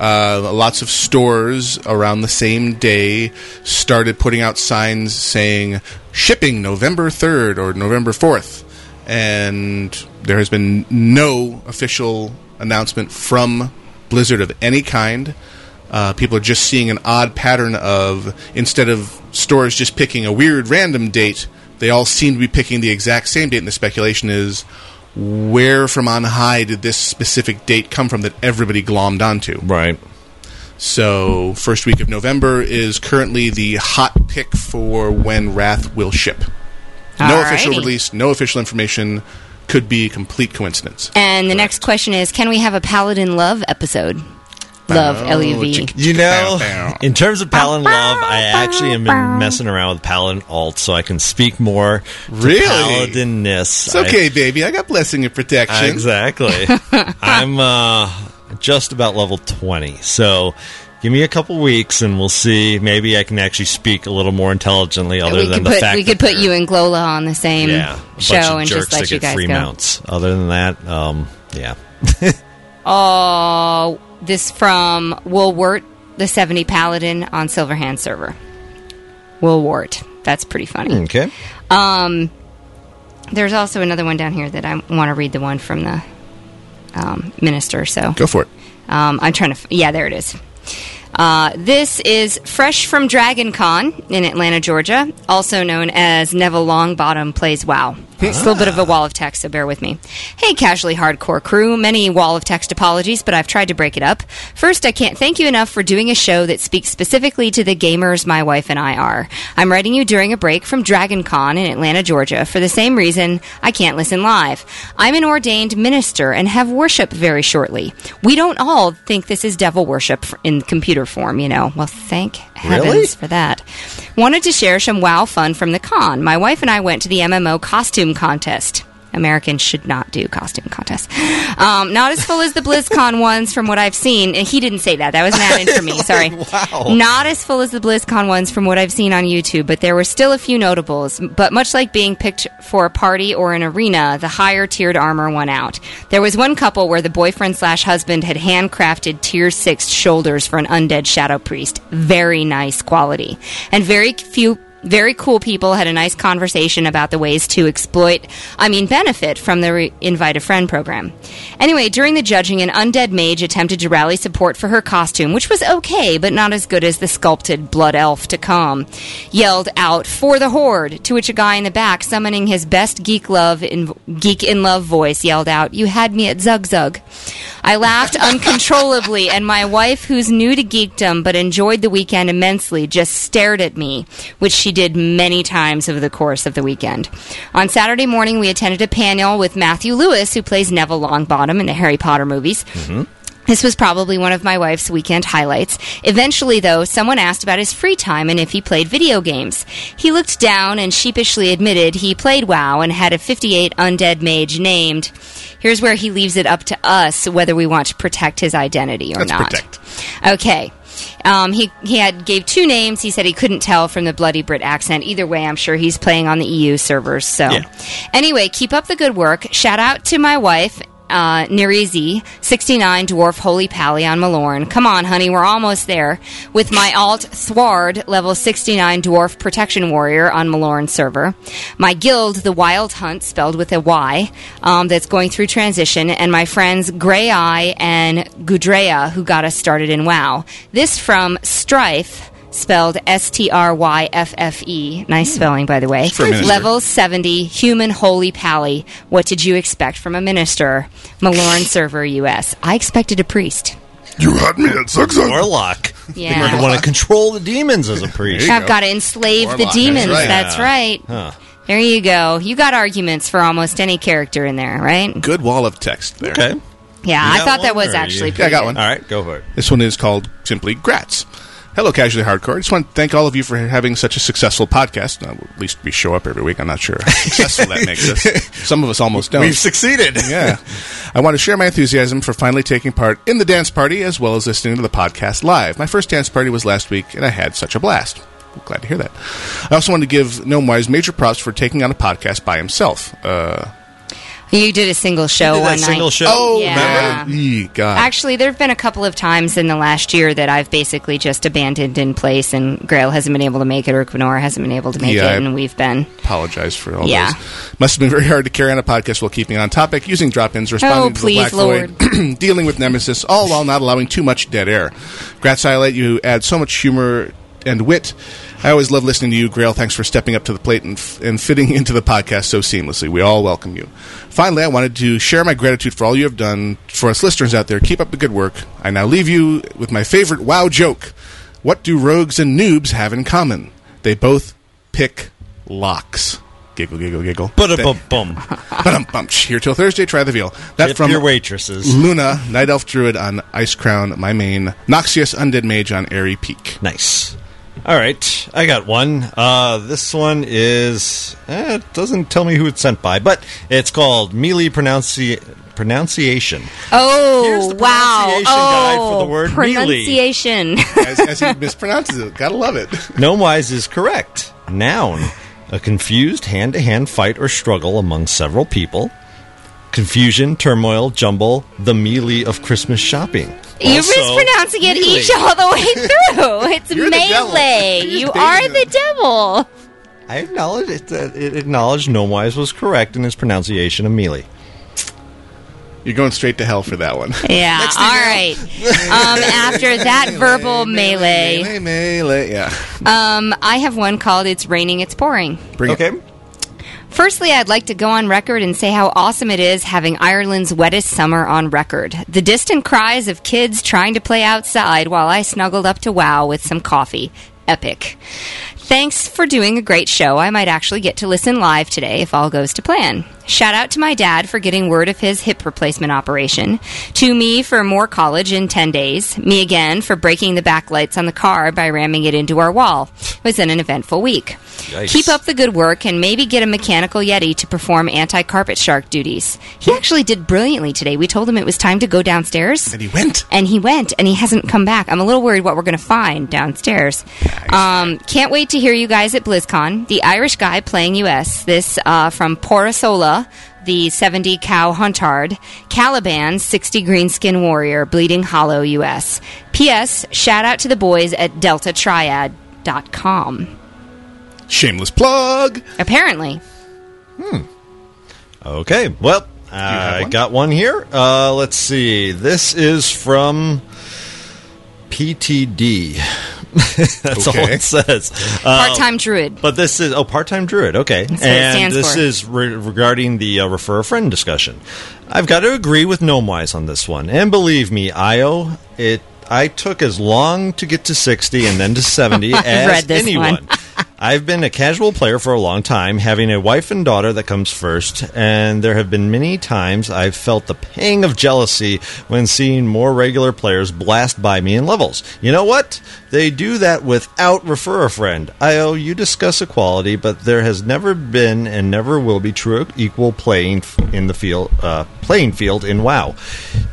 Speaker 1: Uh, lots of stores around the same day started putting out signs saying shipping November 3rd or November 4th. And there has been no official announcement from Blizzard of any kind. Uh, people are just seeing an odd pattern of instead of stores just picking a weird random date, they all seem to be picking the exact same date. And the speculation is where from on high did this specific date come from that everybody glommed onto?
Speaker 6: Right.
Speaker 1: So, first week of November is currently the hot pick for when Wrath will ship. No official
Speaker 5: Alrighty.
Speaker 1: release, no official information. Could be complete coincidence.
Speaker 5: And the next question is: Can we have a Paladin Love episode? Love
Speaker 1: Oh,
Speaker 5: L U V.
Speaker 6: You know, in terms of Paladin Love, I actually am been messing around with Paladin Alt so I can speak more to
Speaker 1: Really?
Speaker 6: Paladinness.
Speaker 1: It's okay, baby. I got blessing and protection. [laughs]
Speaker 6: I, exactly. I'm uh, just about level 20. So give me a couple weeks and we'll see. Maybe I can actually speak a little more intelligently other
Speaker 5: we
Speaker 6: than
Speaker 5: could
Speaker 6: the
Speaker 5: put
Speaker 6: fact
Speaker 5: we could put you and Glola on the same
Speaker 6: yeah, a bunch
Speaker 5: show
Speaker 6: of
Speaker 5: and
Speaker 6: jerks
Speaker 5: just let
Speaker 6: that
Speaker 5: you
Speaker 6: get
Speaker 5: guys
Speaker 6: free
Speaker 5: go.
Speaker 6: mounts. Other than that, um, yeah.
Speaker 5: Oh, this from Woolwart, the 70 Paladin on Silverhand server. Woolwart. That's pretty funny.
Speaker 6: Hmm, Okay.
Speaker 5: Um,
Speaker 6: Hmm.
Speaker 5: there's also another one down here that I want to read the one from the um, minister. So
Speaker 1: Go for it.
Speaker 5: Um, I'm trying to. F- yeah, there it is. Uh, this is fresh from Dragon Con in Atlanta, Georgia, also known as Neville Longbottom Plays WoW. It's a little bit of a wall of text, so bear with me. Hey, casually hardcore crew. Many wall of text apologies, but I've tried to break it up. First, I can't thank you enough for doing a show that speaks specifically to the gamers my wife and I are. I'm writing you during a break from Dragon Con in Atlanta, Georgia, for the same reason I can't listen live. I'm an ordained minister and have worship very shortly. We don't all think this is devil worship in computer form, you know. Well, thank heavens
Speaker 12: Really?
Speaker 5: for that. Wanted to share some wow fun from the con. My wife and I went to the MMO costume contest. Americans should not do costume contests. Um, not as full as the BlizzCon ones, from what I've seen. And He didn't say that. That was an ad in for me. Sorry.
Speaker 12: Wow.
Speaker 5: Not as full as the BlizzCon ones, from what I've seen on YouTube, but there were still a few notables. But much like being picked for a party or an arena, the higher tiered armor won out. There was one couple where the boyfriend slash husband had handcrafted tier six shoulders for an undead shadow priest. Very nice quality, and very few very cool people had a nice conversation about the ways to exploit, I mean, benefit from the re- Invite a Friend program. Anyway, during the judging, an undead mage attempted to rally support for her costume, which was okay, but not as good as the sculpted blood elf to come. Yelled out, For the Horde! To which a guy in the back, summoning his best geek love in, geek in love voice, yelled out, You had me at Zug Zug. I laughed uncontrollably, and my wife, who's new to geekdom but enjoyed the weekend immensely, just stared at me, which she did many times over the course of the weekend. On Saturday morning, we attended a panel with Matthew Lewis, who plays Neville Longbottom in the Harry Potter movies. This was probably one of my wife's weekend highlights. Eventually, though, someone asked about his free time and if he played video games. He looked down and sheepishly admitted he played WoW and had a 58 undead mage named. Here's where he leaves it up to us whether we want to protect his identity or
Speaker 1: Let's
Speaker 5: not.
Speaker 1: protect.
Speaker 5: Okay. Um, he he had gave two names. He said he couldn't tell from the bloody Brit accent. Either way, I'm sure he's playing on the EU servers. So,
Speaker 13: Yeah.
Speaker 5: anyway, keep up the good work. Shout out to my wife. Uh, Nerizi, 69 Dwarf Holy Pally on Malorn. Come on, honey, we're almost there. With my alt Thward, level 69 Dwarf Protection Warrior on Malorn server. My guild, the Wild Hunt, spelled with a Y, um, that's going through transition. And my friends Grey Eye and Gudrea, who got us started in WoW. This from Strife, spelled S T R Y F F E. Nice spelling, by the way.
Speaker 13: Hmm. For a minister.
Speaker 5: Level 70, human holy pally. What did you expect from a minister? Malorn server US. I expected a priest.
Speaker 6: You had me at six. Warlock.
Speaker 5: Yeah.
Speaker 6: You want to control the demons as a priest.
Speaker 5: I've got to enslave the demons. That's right.
Speaker 6: Huh.
Speaker 5: There you go. You got arguments for almost any character in there, right?
Speaker 1: Good wall of text there.
Speaker 6: Okay.
Speaker 5: Yeah, I thought that was actually
Speaker 1: Yeah, I
Speaker 5: pretty
Speaker 1: got
Speaker 5: good.
Speaker 1: one.
Speaker 6: All right, go for it.
Speaker 1: This one is called simply Grats. Hello, Casually Hardcore. I just want to thank all of you for having such a successful podcast. Now, at least we show up every week. I'm not sure how successful that makes us.
Speaker 6: [laughs]
Speaker 1: Some of us almost don't.
Speaker 6: We've succeeded.
Speaker 1: yeah. I want to share my enthusiasm for finally taking part in the dance party as well as listening to the podcast live. My first dance party was last week, and I had such a blast. Glad to hear that. I also want to give Gnome Wise major props for taking on a podcast by himself. Uh,
Speaker 5: You did a single show
Speaker 1: did that
Speaker 5: one
Speaker 1: single
Speaker 5: night.
Speaker 1: show? Oh,
Speaker 5: yeah.
Speaker 1: Eee, God.
Speaker 5: Actually, there have been a couple of times in the last year that I've basically just abandoned in place, and Grail hasn't been able to make it, or Quinora hasn't been able to make
Speaker 1: Yeah, I-
Speaker 5: it, and we've been.
Speaker 1: apologize for all
Speaker 5: Yeah.
Speaker 1: those. Must have been very hard to carry on a podcast while keeping on topic, using drop-ins, responding
Speaker 5: Oh,
Speaker 1: to
Speaker 5: please,
Speaker 1: the Black Void, [clears throat] dealing with Nemesis, all while not allowing too much dead air. Grats, highlight you add so much humor and wit. I always love listening to you, Grail. Thanks for stepping up to the plate and, f- and fitting into the podcast so seamlessly. We all welcome you. Finally, I wanted to share my gratitude for all you have done for us listeners out there. Keep up the good work. I now leave you with my favorite wow joke. What do rogues and noobs have in common? They both pick locks. Giggle, giggle, giggle.
Speaker 6: Ba-da-bum-bum.
Speaker 1: Ba-dum-bum. Here till Thursday, try the veal. That
Speaker 6: Tip
Speaker 1: from
Speaker 6: your waitresses.
Speaker 1: Luna, Night Elf Druid on Ice Crown, my main. Noxious Undead Mage on Airy Peak.
Speaker 6: Nice. All right, I got one. Uh, this one is eh, it doesn't tell me who it's sent by, but it's called Mealy Pronunci- pronunciation.
Speaker 5: Oh, wow.
Speaker 6: pronunciation
Speaker 5: oh,
Speaker 6: guide for the word mealy.
Speaker 5: pronunciation.
Speaker 1: As, as he [laughs] mispronounces it. Gotta love it. [laughs]
Speaker 6: Gnomewise is correct. Noun. A confused hand to hand fight or struggle among several people. Confusion, turmoil, jumble, the mealy of Christmas shopping.
Speaker 5: [laughs] You're
Speaker 6: Also-
Speaker 5: mispronouncing it
Speaker 6: Mealy.
Speaker 5: each all the way through. It's
Speaker 13: You're the devil.
Speaker 5: melee.
Speaker 13: You're
Speaker 5: You
Speaker 13: just
Speaker 5: are
Speaker 13: dating
Speaker 5: the devil.
Speaker 6: I acknowledge it, that it acknowledged Gnomewise was correct in his pronunciation of mealy.
Speaker 1: You're going straight to hell for that one.
Speaker 5: Yeah. All right. um, after that verbal melee,
Speaker 1: Melee, melee, yeah.
Speaker 5: um, I have one called "It's Raining, It's Pouring."
Speaker 1: Bring okay.
Speaker 5: Firstly, I'd like to go on record and say how awesome it is having Ireland's wettest summer on record. The distant cries of kids trying to play outside while I snuggled up to WoW with some coffee. Epic. Thanks for doing a great show. I might actually get to listen live today if all goes to plan. Shout out to my dad for getting word of his hip replacement operation, to me for more college in 10 days, me again for breaking the backlights on the car by ramming it into our wall. It was an eventful week.
Speaker 13: Yikes.
Speaker 5: Keep up the good work and maybe get a mechanical Yeti to perform anti carpet shark duties. He actually did brilliantly today. We told him it was time to go downstairs. And
Speaker 1: he went.
Speaker 5: And he went, and he hasn't come back. I'm a little worried what we're going to find downstairs. Um, can't wait to hear you guys at BlizzCon. The Irish guy playing US. This uh, from Porasola. The 70 cow huntard, Caliban 60 greenskin warrior, bleeding hollow US. P.S. Shout out to the boys at deltatriad.com.
Speaker 1: Shameless plug.
Speaker 5: Apparently.
Speaker 6: Okay, well, I got one here. Uh, let's see. This is from PTD. [laughs] That's all
Speaker 5: Okay.
Speaker 6: it says. Uh,
Speaker 5: Part-time druid.
Speaker 6: But this is oh, part-time druid. Okay,
Speaker 5: That's what it
Speaker 6: and
Speaker 5: stands
Speaker 6: this
Speaker 5: for.
Speaker 6: is re- regarding the uh, refer a friend discussion. I've got to agree with Gnomewise on this one, and believe me, Io, it I took as long to get to sixty and then to seventy
Speaker 13: I've
Speaker 5: [laughs]
Speaker 6: as
Speaker 13: read this
Speaker 6: anyone.
Speaker 13: one.
Speaker 6: I've been a casual player for a long time, having a wife and daughter that comes first, and there have been many times I've felt the pang of jealousy when seeing more regular players blast by me in levels. You know what? They do that without refer a friend. I owe you discuss equality, but there has never been and never will be true equal playing f- in the field uh, playing field in WoW.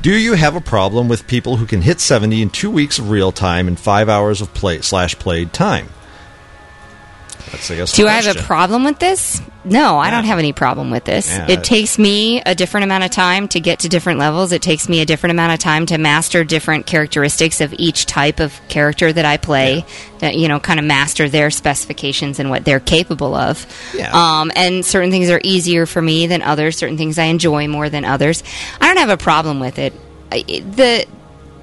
Speaker 6: Do you have a problem with people who can hit 70 in two weeks of real time and five hours of play slash played time? That's, I guess, the
Speaker 5: Do I have a
Speaker 6: question.
Speaker 5: problem with this? No, I don't have any problem with this.
Speaker 6: Yeah, I-
Speaker 5: it takes me a different amount of time to get to different levels. It takes me a different amount of time to master different characteristics of each type of character that I play. That you know, kind of master their specifications and what they're capable of.
Speaker 13: Yeah.
Speaker 5: Um, and certain things are easier for me than others. Certain things I enjoy more than others. I don't have a problem with it. I, it- the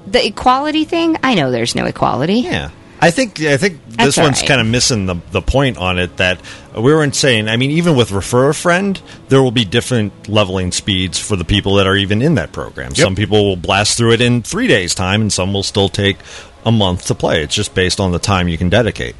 Speaker 5: the equality thing. I know there's no equality.
Speaker 6: Yeah. I think I think
Speaker 5: That's
Speaker 6: this one's
Speaker 5: all right.
Speaker 6: kind of missing the the point on it that we weren't saying. I mean, even with refer a friend, there will be different leveling speeds for the people that are even in that program. Some people will blast through it in three days' time, and some will still take a month to play. It's just based on the time you can dedicate.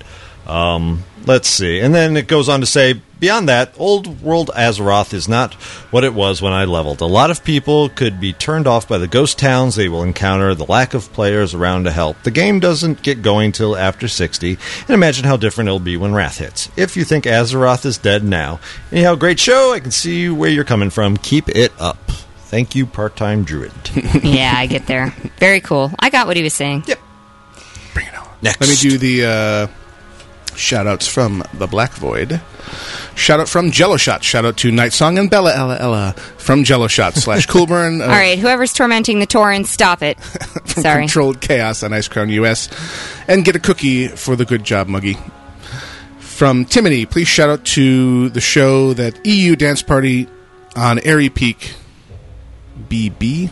Speaker 6: Um, let's see, and then it goes on to say. Beyond that, old world Azeroth is not what it was when I leveled. A lot of people could be turned off by the ghost towns they will encounter, the lack of players around to help. The game doesn't get going till after 60, and imagine how different it'll be when Wrath hits. If you think Azeroth is dead now. Anyhow, great show. I can see where you're coming from. Keep it up. Thank you, part time druid.
Speaker 5: [laughs]
Speaker 6: [laughs]
Speaker 5: yeah, I get there. Very cool. I got what he was saying.
Speaker 6: Yep. Next.
Speaker 1: Let me do the uh, shout outs from the Black Void. Shout out from Jello Shot. Shout out to Night Song and Bella Ella Ella from Jello Shot slash
Speaker 5: [laughs]
Speaker 1: Coolburn. uh,
Speaker 5: All right, whoever's tormenting the Torrens,
Speaker 1: [laughs]
Speaker 5: stop it. Sorry.
Speaker 1: Controlled Chaos on Ice Crown US. And get a cookie for the good job, Muggy. From Timony, please shout out to the show that EU Dance Party on Airy Peak BB.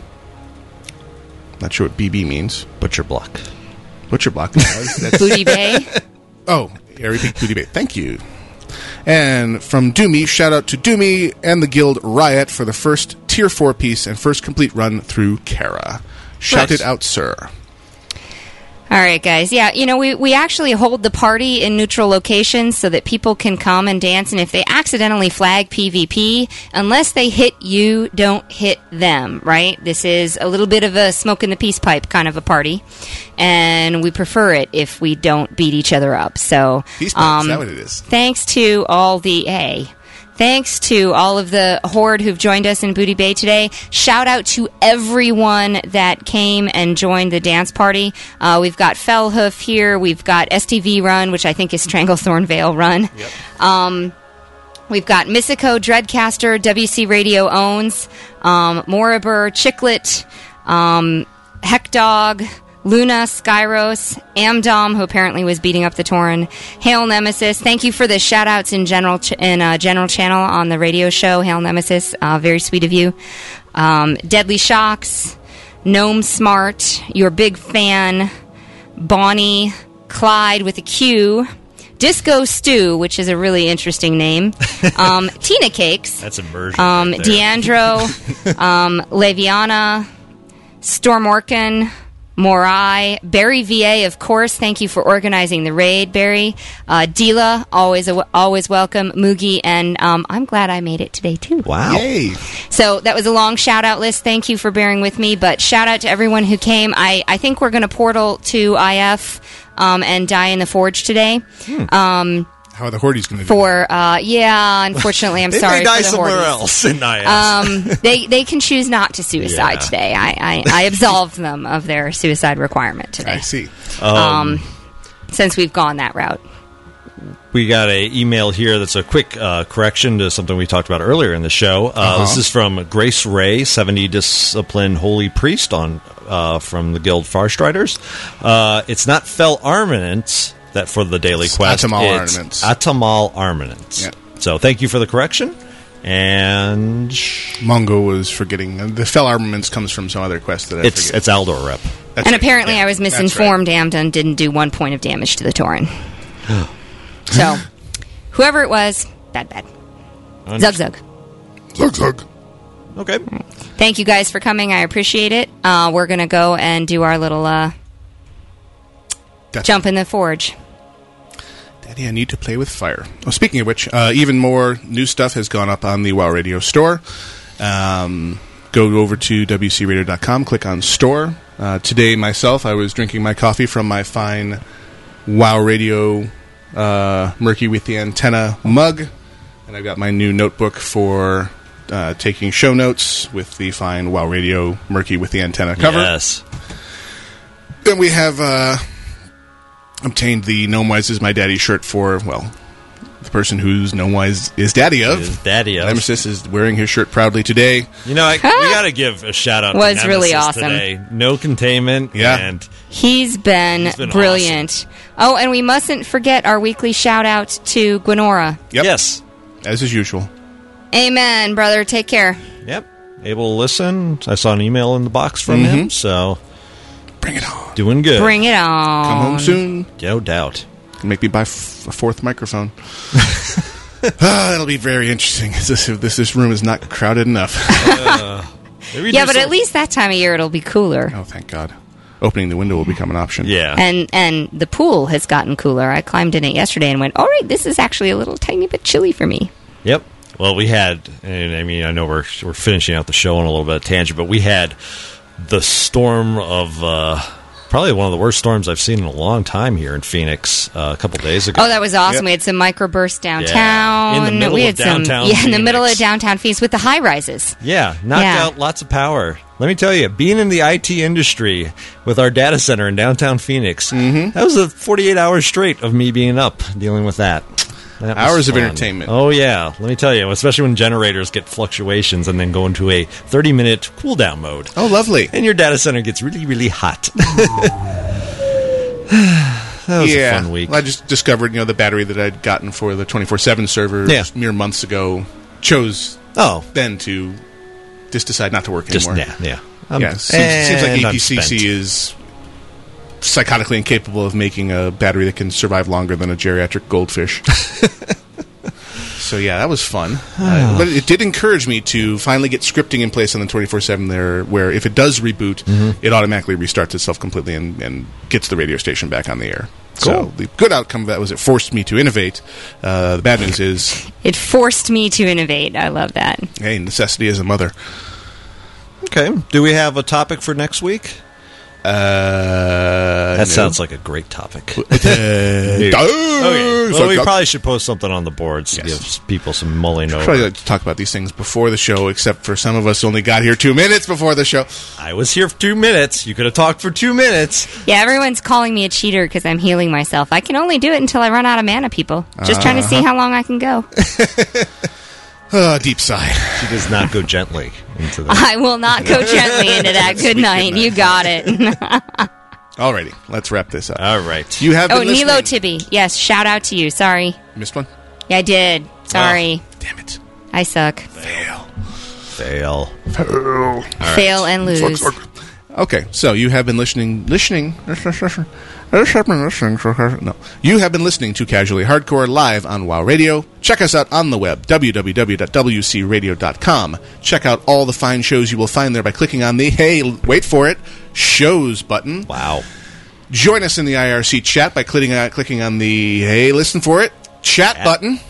Speaker 1: Not sure what BB means.
Speaker 6: Butcher Block.
Speaker 1: Butcher Block. That's- [laughs]
Speaker 5: Booty Bay.
Speaker 1: Oh, Airy Peak Booty Bay. Thank you. And from Doomy, shout out to Doomy and the Guild Riot for the first Tier 4 piece and first complete run through Kara. Shout
Speaker 5: Nice.
Speaker 1: it out, sir.
Speaker 5: All right, guys. Yeah, you know, we, we actually hold the party in neutral locations so that people can come and dance. And if they accidentally flag PvP, unless they hit you, don't hit them, right? This is a little bit of a smoke in the peace pipe kind of a party. And we prefer it if we don't beat each other up. So, um,
Speaker 1: Peace pipe, is that what it is?
Speaker 5: Thanks to all the A. Thanks to all of the horde who've joined us in Booty Bay today. Shout out to everyone that came and joined the dance party. Uh, we've got Fellhoof here. We've got STV Run, which I think is Stranglethorn Vale Run. Um, We've got Misako, Dreadcaster, WC Radio Owns, um, Moribur, Chicklet, um, Heckdog, Luna, Skyros, Amdom, who apparently was beating up the Torin, Hail Nemesis. Thank you for the shout outs in general ch- in uh, general channel on the radio show. Hail Nemesis, uh, very sweet of you. Um, Deadly Shocks, Gnome Smart, your big fan, Bonnie, Clyde with a Q. Disco Stew, which is a really interesting name. Um, Tina Cakes.
Speaker 6: That's immersion.
Speaker 5: Um,
Speaker 6: right there.
Speaker 1: [laughs]
Speaker 5: Deandro, um, Leviana, Stormorkin, Morai, Barry VA, of course. Thank you for organizing the raid, Barry. Uh, Dila, always always welcome. Moogie, and um, I'm glad I made it today too.
Speaker 6: Wow.
Speaker 5: So that was a long shout out list. Thank you for bearing with me, but shout out to everyone who came. I, I think we're going to portal to IF um, and die in the forge today. Um,
Speaker 1: How are the Horties going to do
Speaker 5: for uh, yeah, unfortunately, I'm
Speaker 1: They may
Speaker 5: sorry.
Speaker 1: die
Speaker 5: for the
Speaker 1: somewhere
Speaker 5: Horties.
Speaker 1: else in IF.
Speaker 5: Um, they they can choose not to suicide
Speaker 1: Yeah.
Speaker 5: today. I, I I absolved them of their suicide requirement today.
Speaker 1: I see.
Speaker 6: Um,
Speaker 5: um, since we've gone that route.
Speaker 6: We got an email here that's a quick uh, correction to something we talked about earlier in the show. Uh,
Speaker 1: Uh-huh.
Speaker 6: This is from Grace Ray, 70 Discipline Holy Priest on uh, from the Guild Farstriders. Uh, it's not Fell Armaments that for the Daily
Speaker 1: It's
Speaker 6: Quest.
Speaker 1: Atamal
Speaker 6: it's
Speaker 1: Armaments.
Speaker 6: Atamal Armaments.
Speaker 1: Yeah.
Speaker 6: So thank you for the correction. And
Speaker 1: Mongo was forgetting. uh, The Fell Armaments comes from some other quest that I
Speaker 6: It's-
Speaker 1: forget.
Speaker 6: it's Aldor Rep.
Speaker 5: and apparently, I was
Speaker 1: that's right.
Speaker 5: misinformed. Amdon didn't do one point of damage to
Speaker 1: [gasps]
Speaker 5: the Torin. so, whoever it was, bad, bad. Zug, zug.
Speaker 1: Zug, zug.
Speaker 6: Okay.
Speaker 5: Thank you guys for coming. I appreciate it. Uh, we're going to go and do our little uh,
Speaker 1: Death.
Speaker 5: jump in the forge.
Speaker 1: Daddy, I need to play with fire. Oh, speaking of which, uh, even more new stuff has gone up on the WoW Radio store. Um, go over to wcradio.com, click on store. Uh, today, myself, I was drinking my coffee from my fine WoW Radio uh, Murky with the Antenna mug, and I've got my new notebook for uh, taking show notes with the fine WoW Radio Murky with the Antenna cover.
Speaker 6: Yes.
Speaker 1: Then we have uh, obtained the Gnome Wise is my daddy shirt for well, the person who's Gnome Wise is daddy of.
Speaker 6: Is daddy of.
Speaker 1: Nemesis is wearing his shirt proudly today.
Speaker 5: [laughs]
Speaker 6: You know, I, we got to give a shout out.
Speaker 5: Was
Speaker 6: to Nemesis
Speaker 5: really awesome.
Speaker 6: Today. No containment.
Speaker 1: Yeah.
Speaker 6: And
Speaker 5: He's been,
Speaker 6: He's been
Speaker 5: brilliant. Oh, and we mustn't forget our weekly shout out to Gwenora.
Speaker 6: yes,
Speaker 1: as is usual.
Speaker 5: Amen, brother. Take care.
Speaker 6: Yep. Able to listen. I saw an email in the box from
Speaker 5: Mm-hmm.
Speaker 6: him. So
Speaker 1: bring it on.
Speaker 6: Doing good.
Speaker 5: Bring it on.
Speaker 1: Come home soon.
Speaker 6: No doubt.
Speaker 1: Make me buy f- a fourth
Speaker 6: [laughs]
Speaker 1: microphone. ah, that'll be very interesting. [laughs] This, this this room is not crowded enough.
Speaker 5: yeah, but at least that time of year it'll be cooler.
Speaker 1: Oh, thank God. Opening the window will become an option.
Speaker 6: Oh, Yeah.
Speaker 5: And and the pool has gotten cooler. I climbed in it yesterday and went, all right, this is actually a little tiny bit chilly for me.
Speaker 6: Yep. Well, we had, and I mean, I know we're we're finishing out the show on a little bit of tangent, but we had the storm of uh, probably one of the worst storms I've seen in a long time here in Phoenix uh, a couple days ago.
Speaker 5: Oh, that was awesome. We had some microbursts downtown.
Speaker 6: In the middle
Speaker 5: we had
Speaker 6: of
Speaker 5: some,
Speaker 6: downtown
Speaker 5: [laughs] yeah, in the middle of
Speaker 6: Phoenix.
Speaker 5: downtown Phoenix with the high rises.
Speaker 6: Yeah, knocked
Speaker 5: Yeah.
Speaker 6: out lots of power. Let me tell you, being in the IT industry with our data center in downtown Phoenix,
Speaker 1: Mm-hmm.
Speaker 6: that was a 48 hours straight of me being up dealing with that. That was
Speaker 1: Hours of
Speaker 6: fun.
Speaker 1: entertainment.
Speaker 6: Oh, yeah. Let me tell you, especially when generators get fluctuations and then go into a 30 minute cool down mode.
Speaker 1: Oh, lovely.
Speaker 6: And your data center gets really, really hot. [laughs] that was
Speaker 1: yeah.
Speaker 6: a fun week.
Speaker 1: Well, I just discovered, you know, the battery that I'd gotten for the 24/7 server
Speaker 6: Yeah.
Speaker 1: mere months ago chose
Speaker 6: oh
Speaker 1: then to just decide not to work
Speaker 6: Just,
Speaker 1: anymore.
Speaker 6: yeah, yeah. I'm-
Speaker 1: yeah, seems, seems like
Speaker 6: Um, and I'm
Speaker 1: EPCC
Speaker 6: spent.
Speaker 1: is psychotically incapable of making a battery that can survive longer than a geriatric
Speaker 6: [laughs]
Speaker 1: goldfish. so yeah, that was
Speaker 6: [sighs]
Speaker 1: fun. Uh, but it did encourage me to finally get scripting in place on the 24/7 there where if it does reboot,
Speaker 6: Mm-hmm.
Speaker 1: it automatically restarts itself completely and, and gets the radio station back on the air. So
Speaker 6: Cool.
Speaker 1: the good outcome of that was it forced me to innovate. Uh, the bad news is,
Speaker 5: It forced me to innovate. I love that.
Speaker 1: hey, necessity is a mother.
Speaker 6: Okay. Do we have a topic for next week?
Speaker 1: Uh,
Speaker 6: That sounds like a great topic. Dude.
Speaker 1: Okay.
Speaker 6: Well, we probably should post something on the boards to give people some mulling over.
Speaker 1: Probably like to talk about these things before the show, except for some of us only got here two minutes before the show.
Speaker 6: I was here for two minutes. You could have talked for two minutes.
Speaker 5: Yeah, everyone's calling me a cheater because I'm healing myself. I can only do it until I run out of mana, people. Just trying to see
Speaker 1: Uh-huh.
Speaker 5: how long I can go. [laughs]
Speaker 1: Uh, deep sigh. [laughs]
Speaker 6: She does not go gently into that.
Speaker 5: I will not
Speaker 6: [laughs]
Speaker 5: go gently into that. Good night. You got it.
Speaker 1: Alrighty, let's wrap this up.
Speaker 6: All right.
Speaker 1: You have been
Speaker 5: oh,
Speaker 1: listening-
Speaker 5: Nilo Tibby. Yes, shout out to you. Sorry.
Speaker 1: Missed one?
Speaker 5: Yeah, I did. Sorry.
Speaker 1: Damn it.
Speaker 5: I suck.
Speaker 1: Fail.
Speaker 6: Fail.
Speaker 1: Fail.
Speaker 5: Fail and lose.
Speaker 1: Okay, so you have been listening, listening, no, you have been listening to Casually Hardcore live on WoW Radio. Check us out on the web, www.wcradio.com. Check out all the fine shows you will find there by clicking on the, hey, wait for it, shows button.
Speaker 6: Wow.
Speaker 1: Join us in the IRC chat by clicking on, clicking on the hey, listen for it chat button.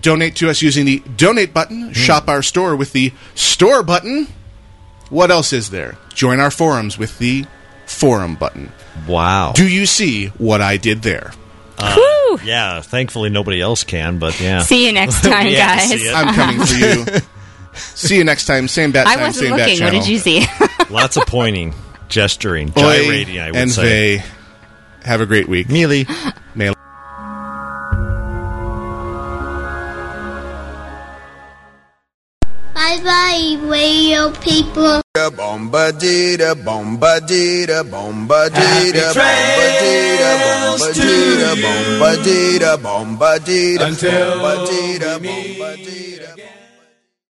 Speaker 1: Donate to us using the donate
Speaker 6: Hmm.
Speaker 1: button. Shop our store with the store button. What else is there? Join our forums with the forum button.
Speaker 6: Wow.
Speaker 1: Do you see what I did there?
Speaker 5: Whew.
Speaker 6: Yeah. Thankfully, nobody else can. But yeah.
Speaker 5: See you next
Speaker 1: [laughs]
Speaker 5: time,
Speaker 6: We had to
Speaker 5: guys.
Speaker 6: see it.
Speaker 1: I'm coming for you.
Speaker 6: [laughs]
Speaker 1: see you next time. Same bat
Speaker 5: I
Speaker 1: time.
Speaker 5: wasn't
Speaker 1: same bat
Speaker 5: looking. What
Speaker 1: channel.
Speaker 5: did you see?
Speaker 6: Lots of pointing, gesturing,
Speaker 1: Oi
Speaker 6: gyrating. I would
Speaker 1: and
Speaker 6: say.
Speaker 1: they have a great week.
Speaker 6: Mealy.
Speaker 1: May
Speaker 13: Bye bye, radio people.
Speaker 14: Bombadita, bombadita, bombadita, bombadita, bombadita, bombadita, bombadita, bombadita, bombadita.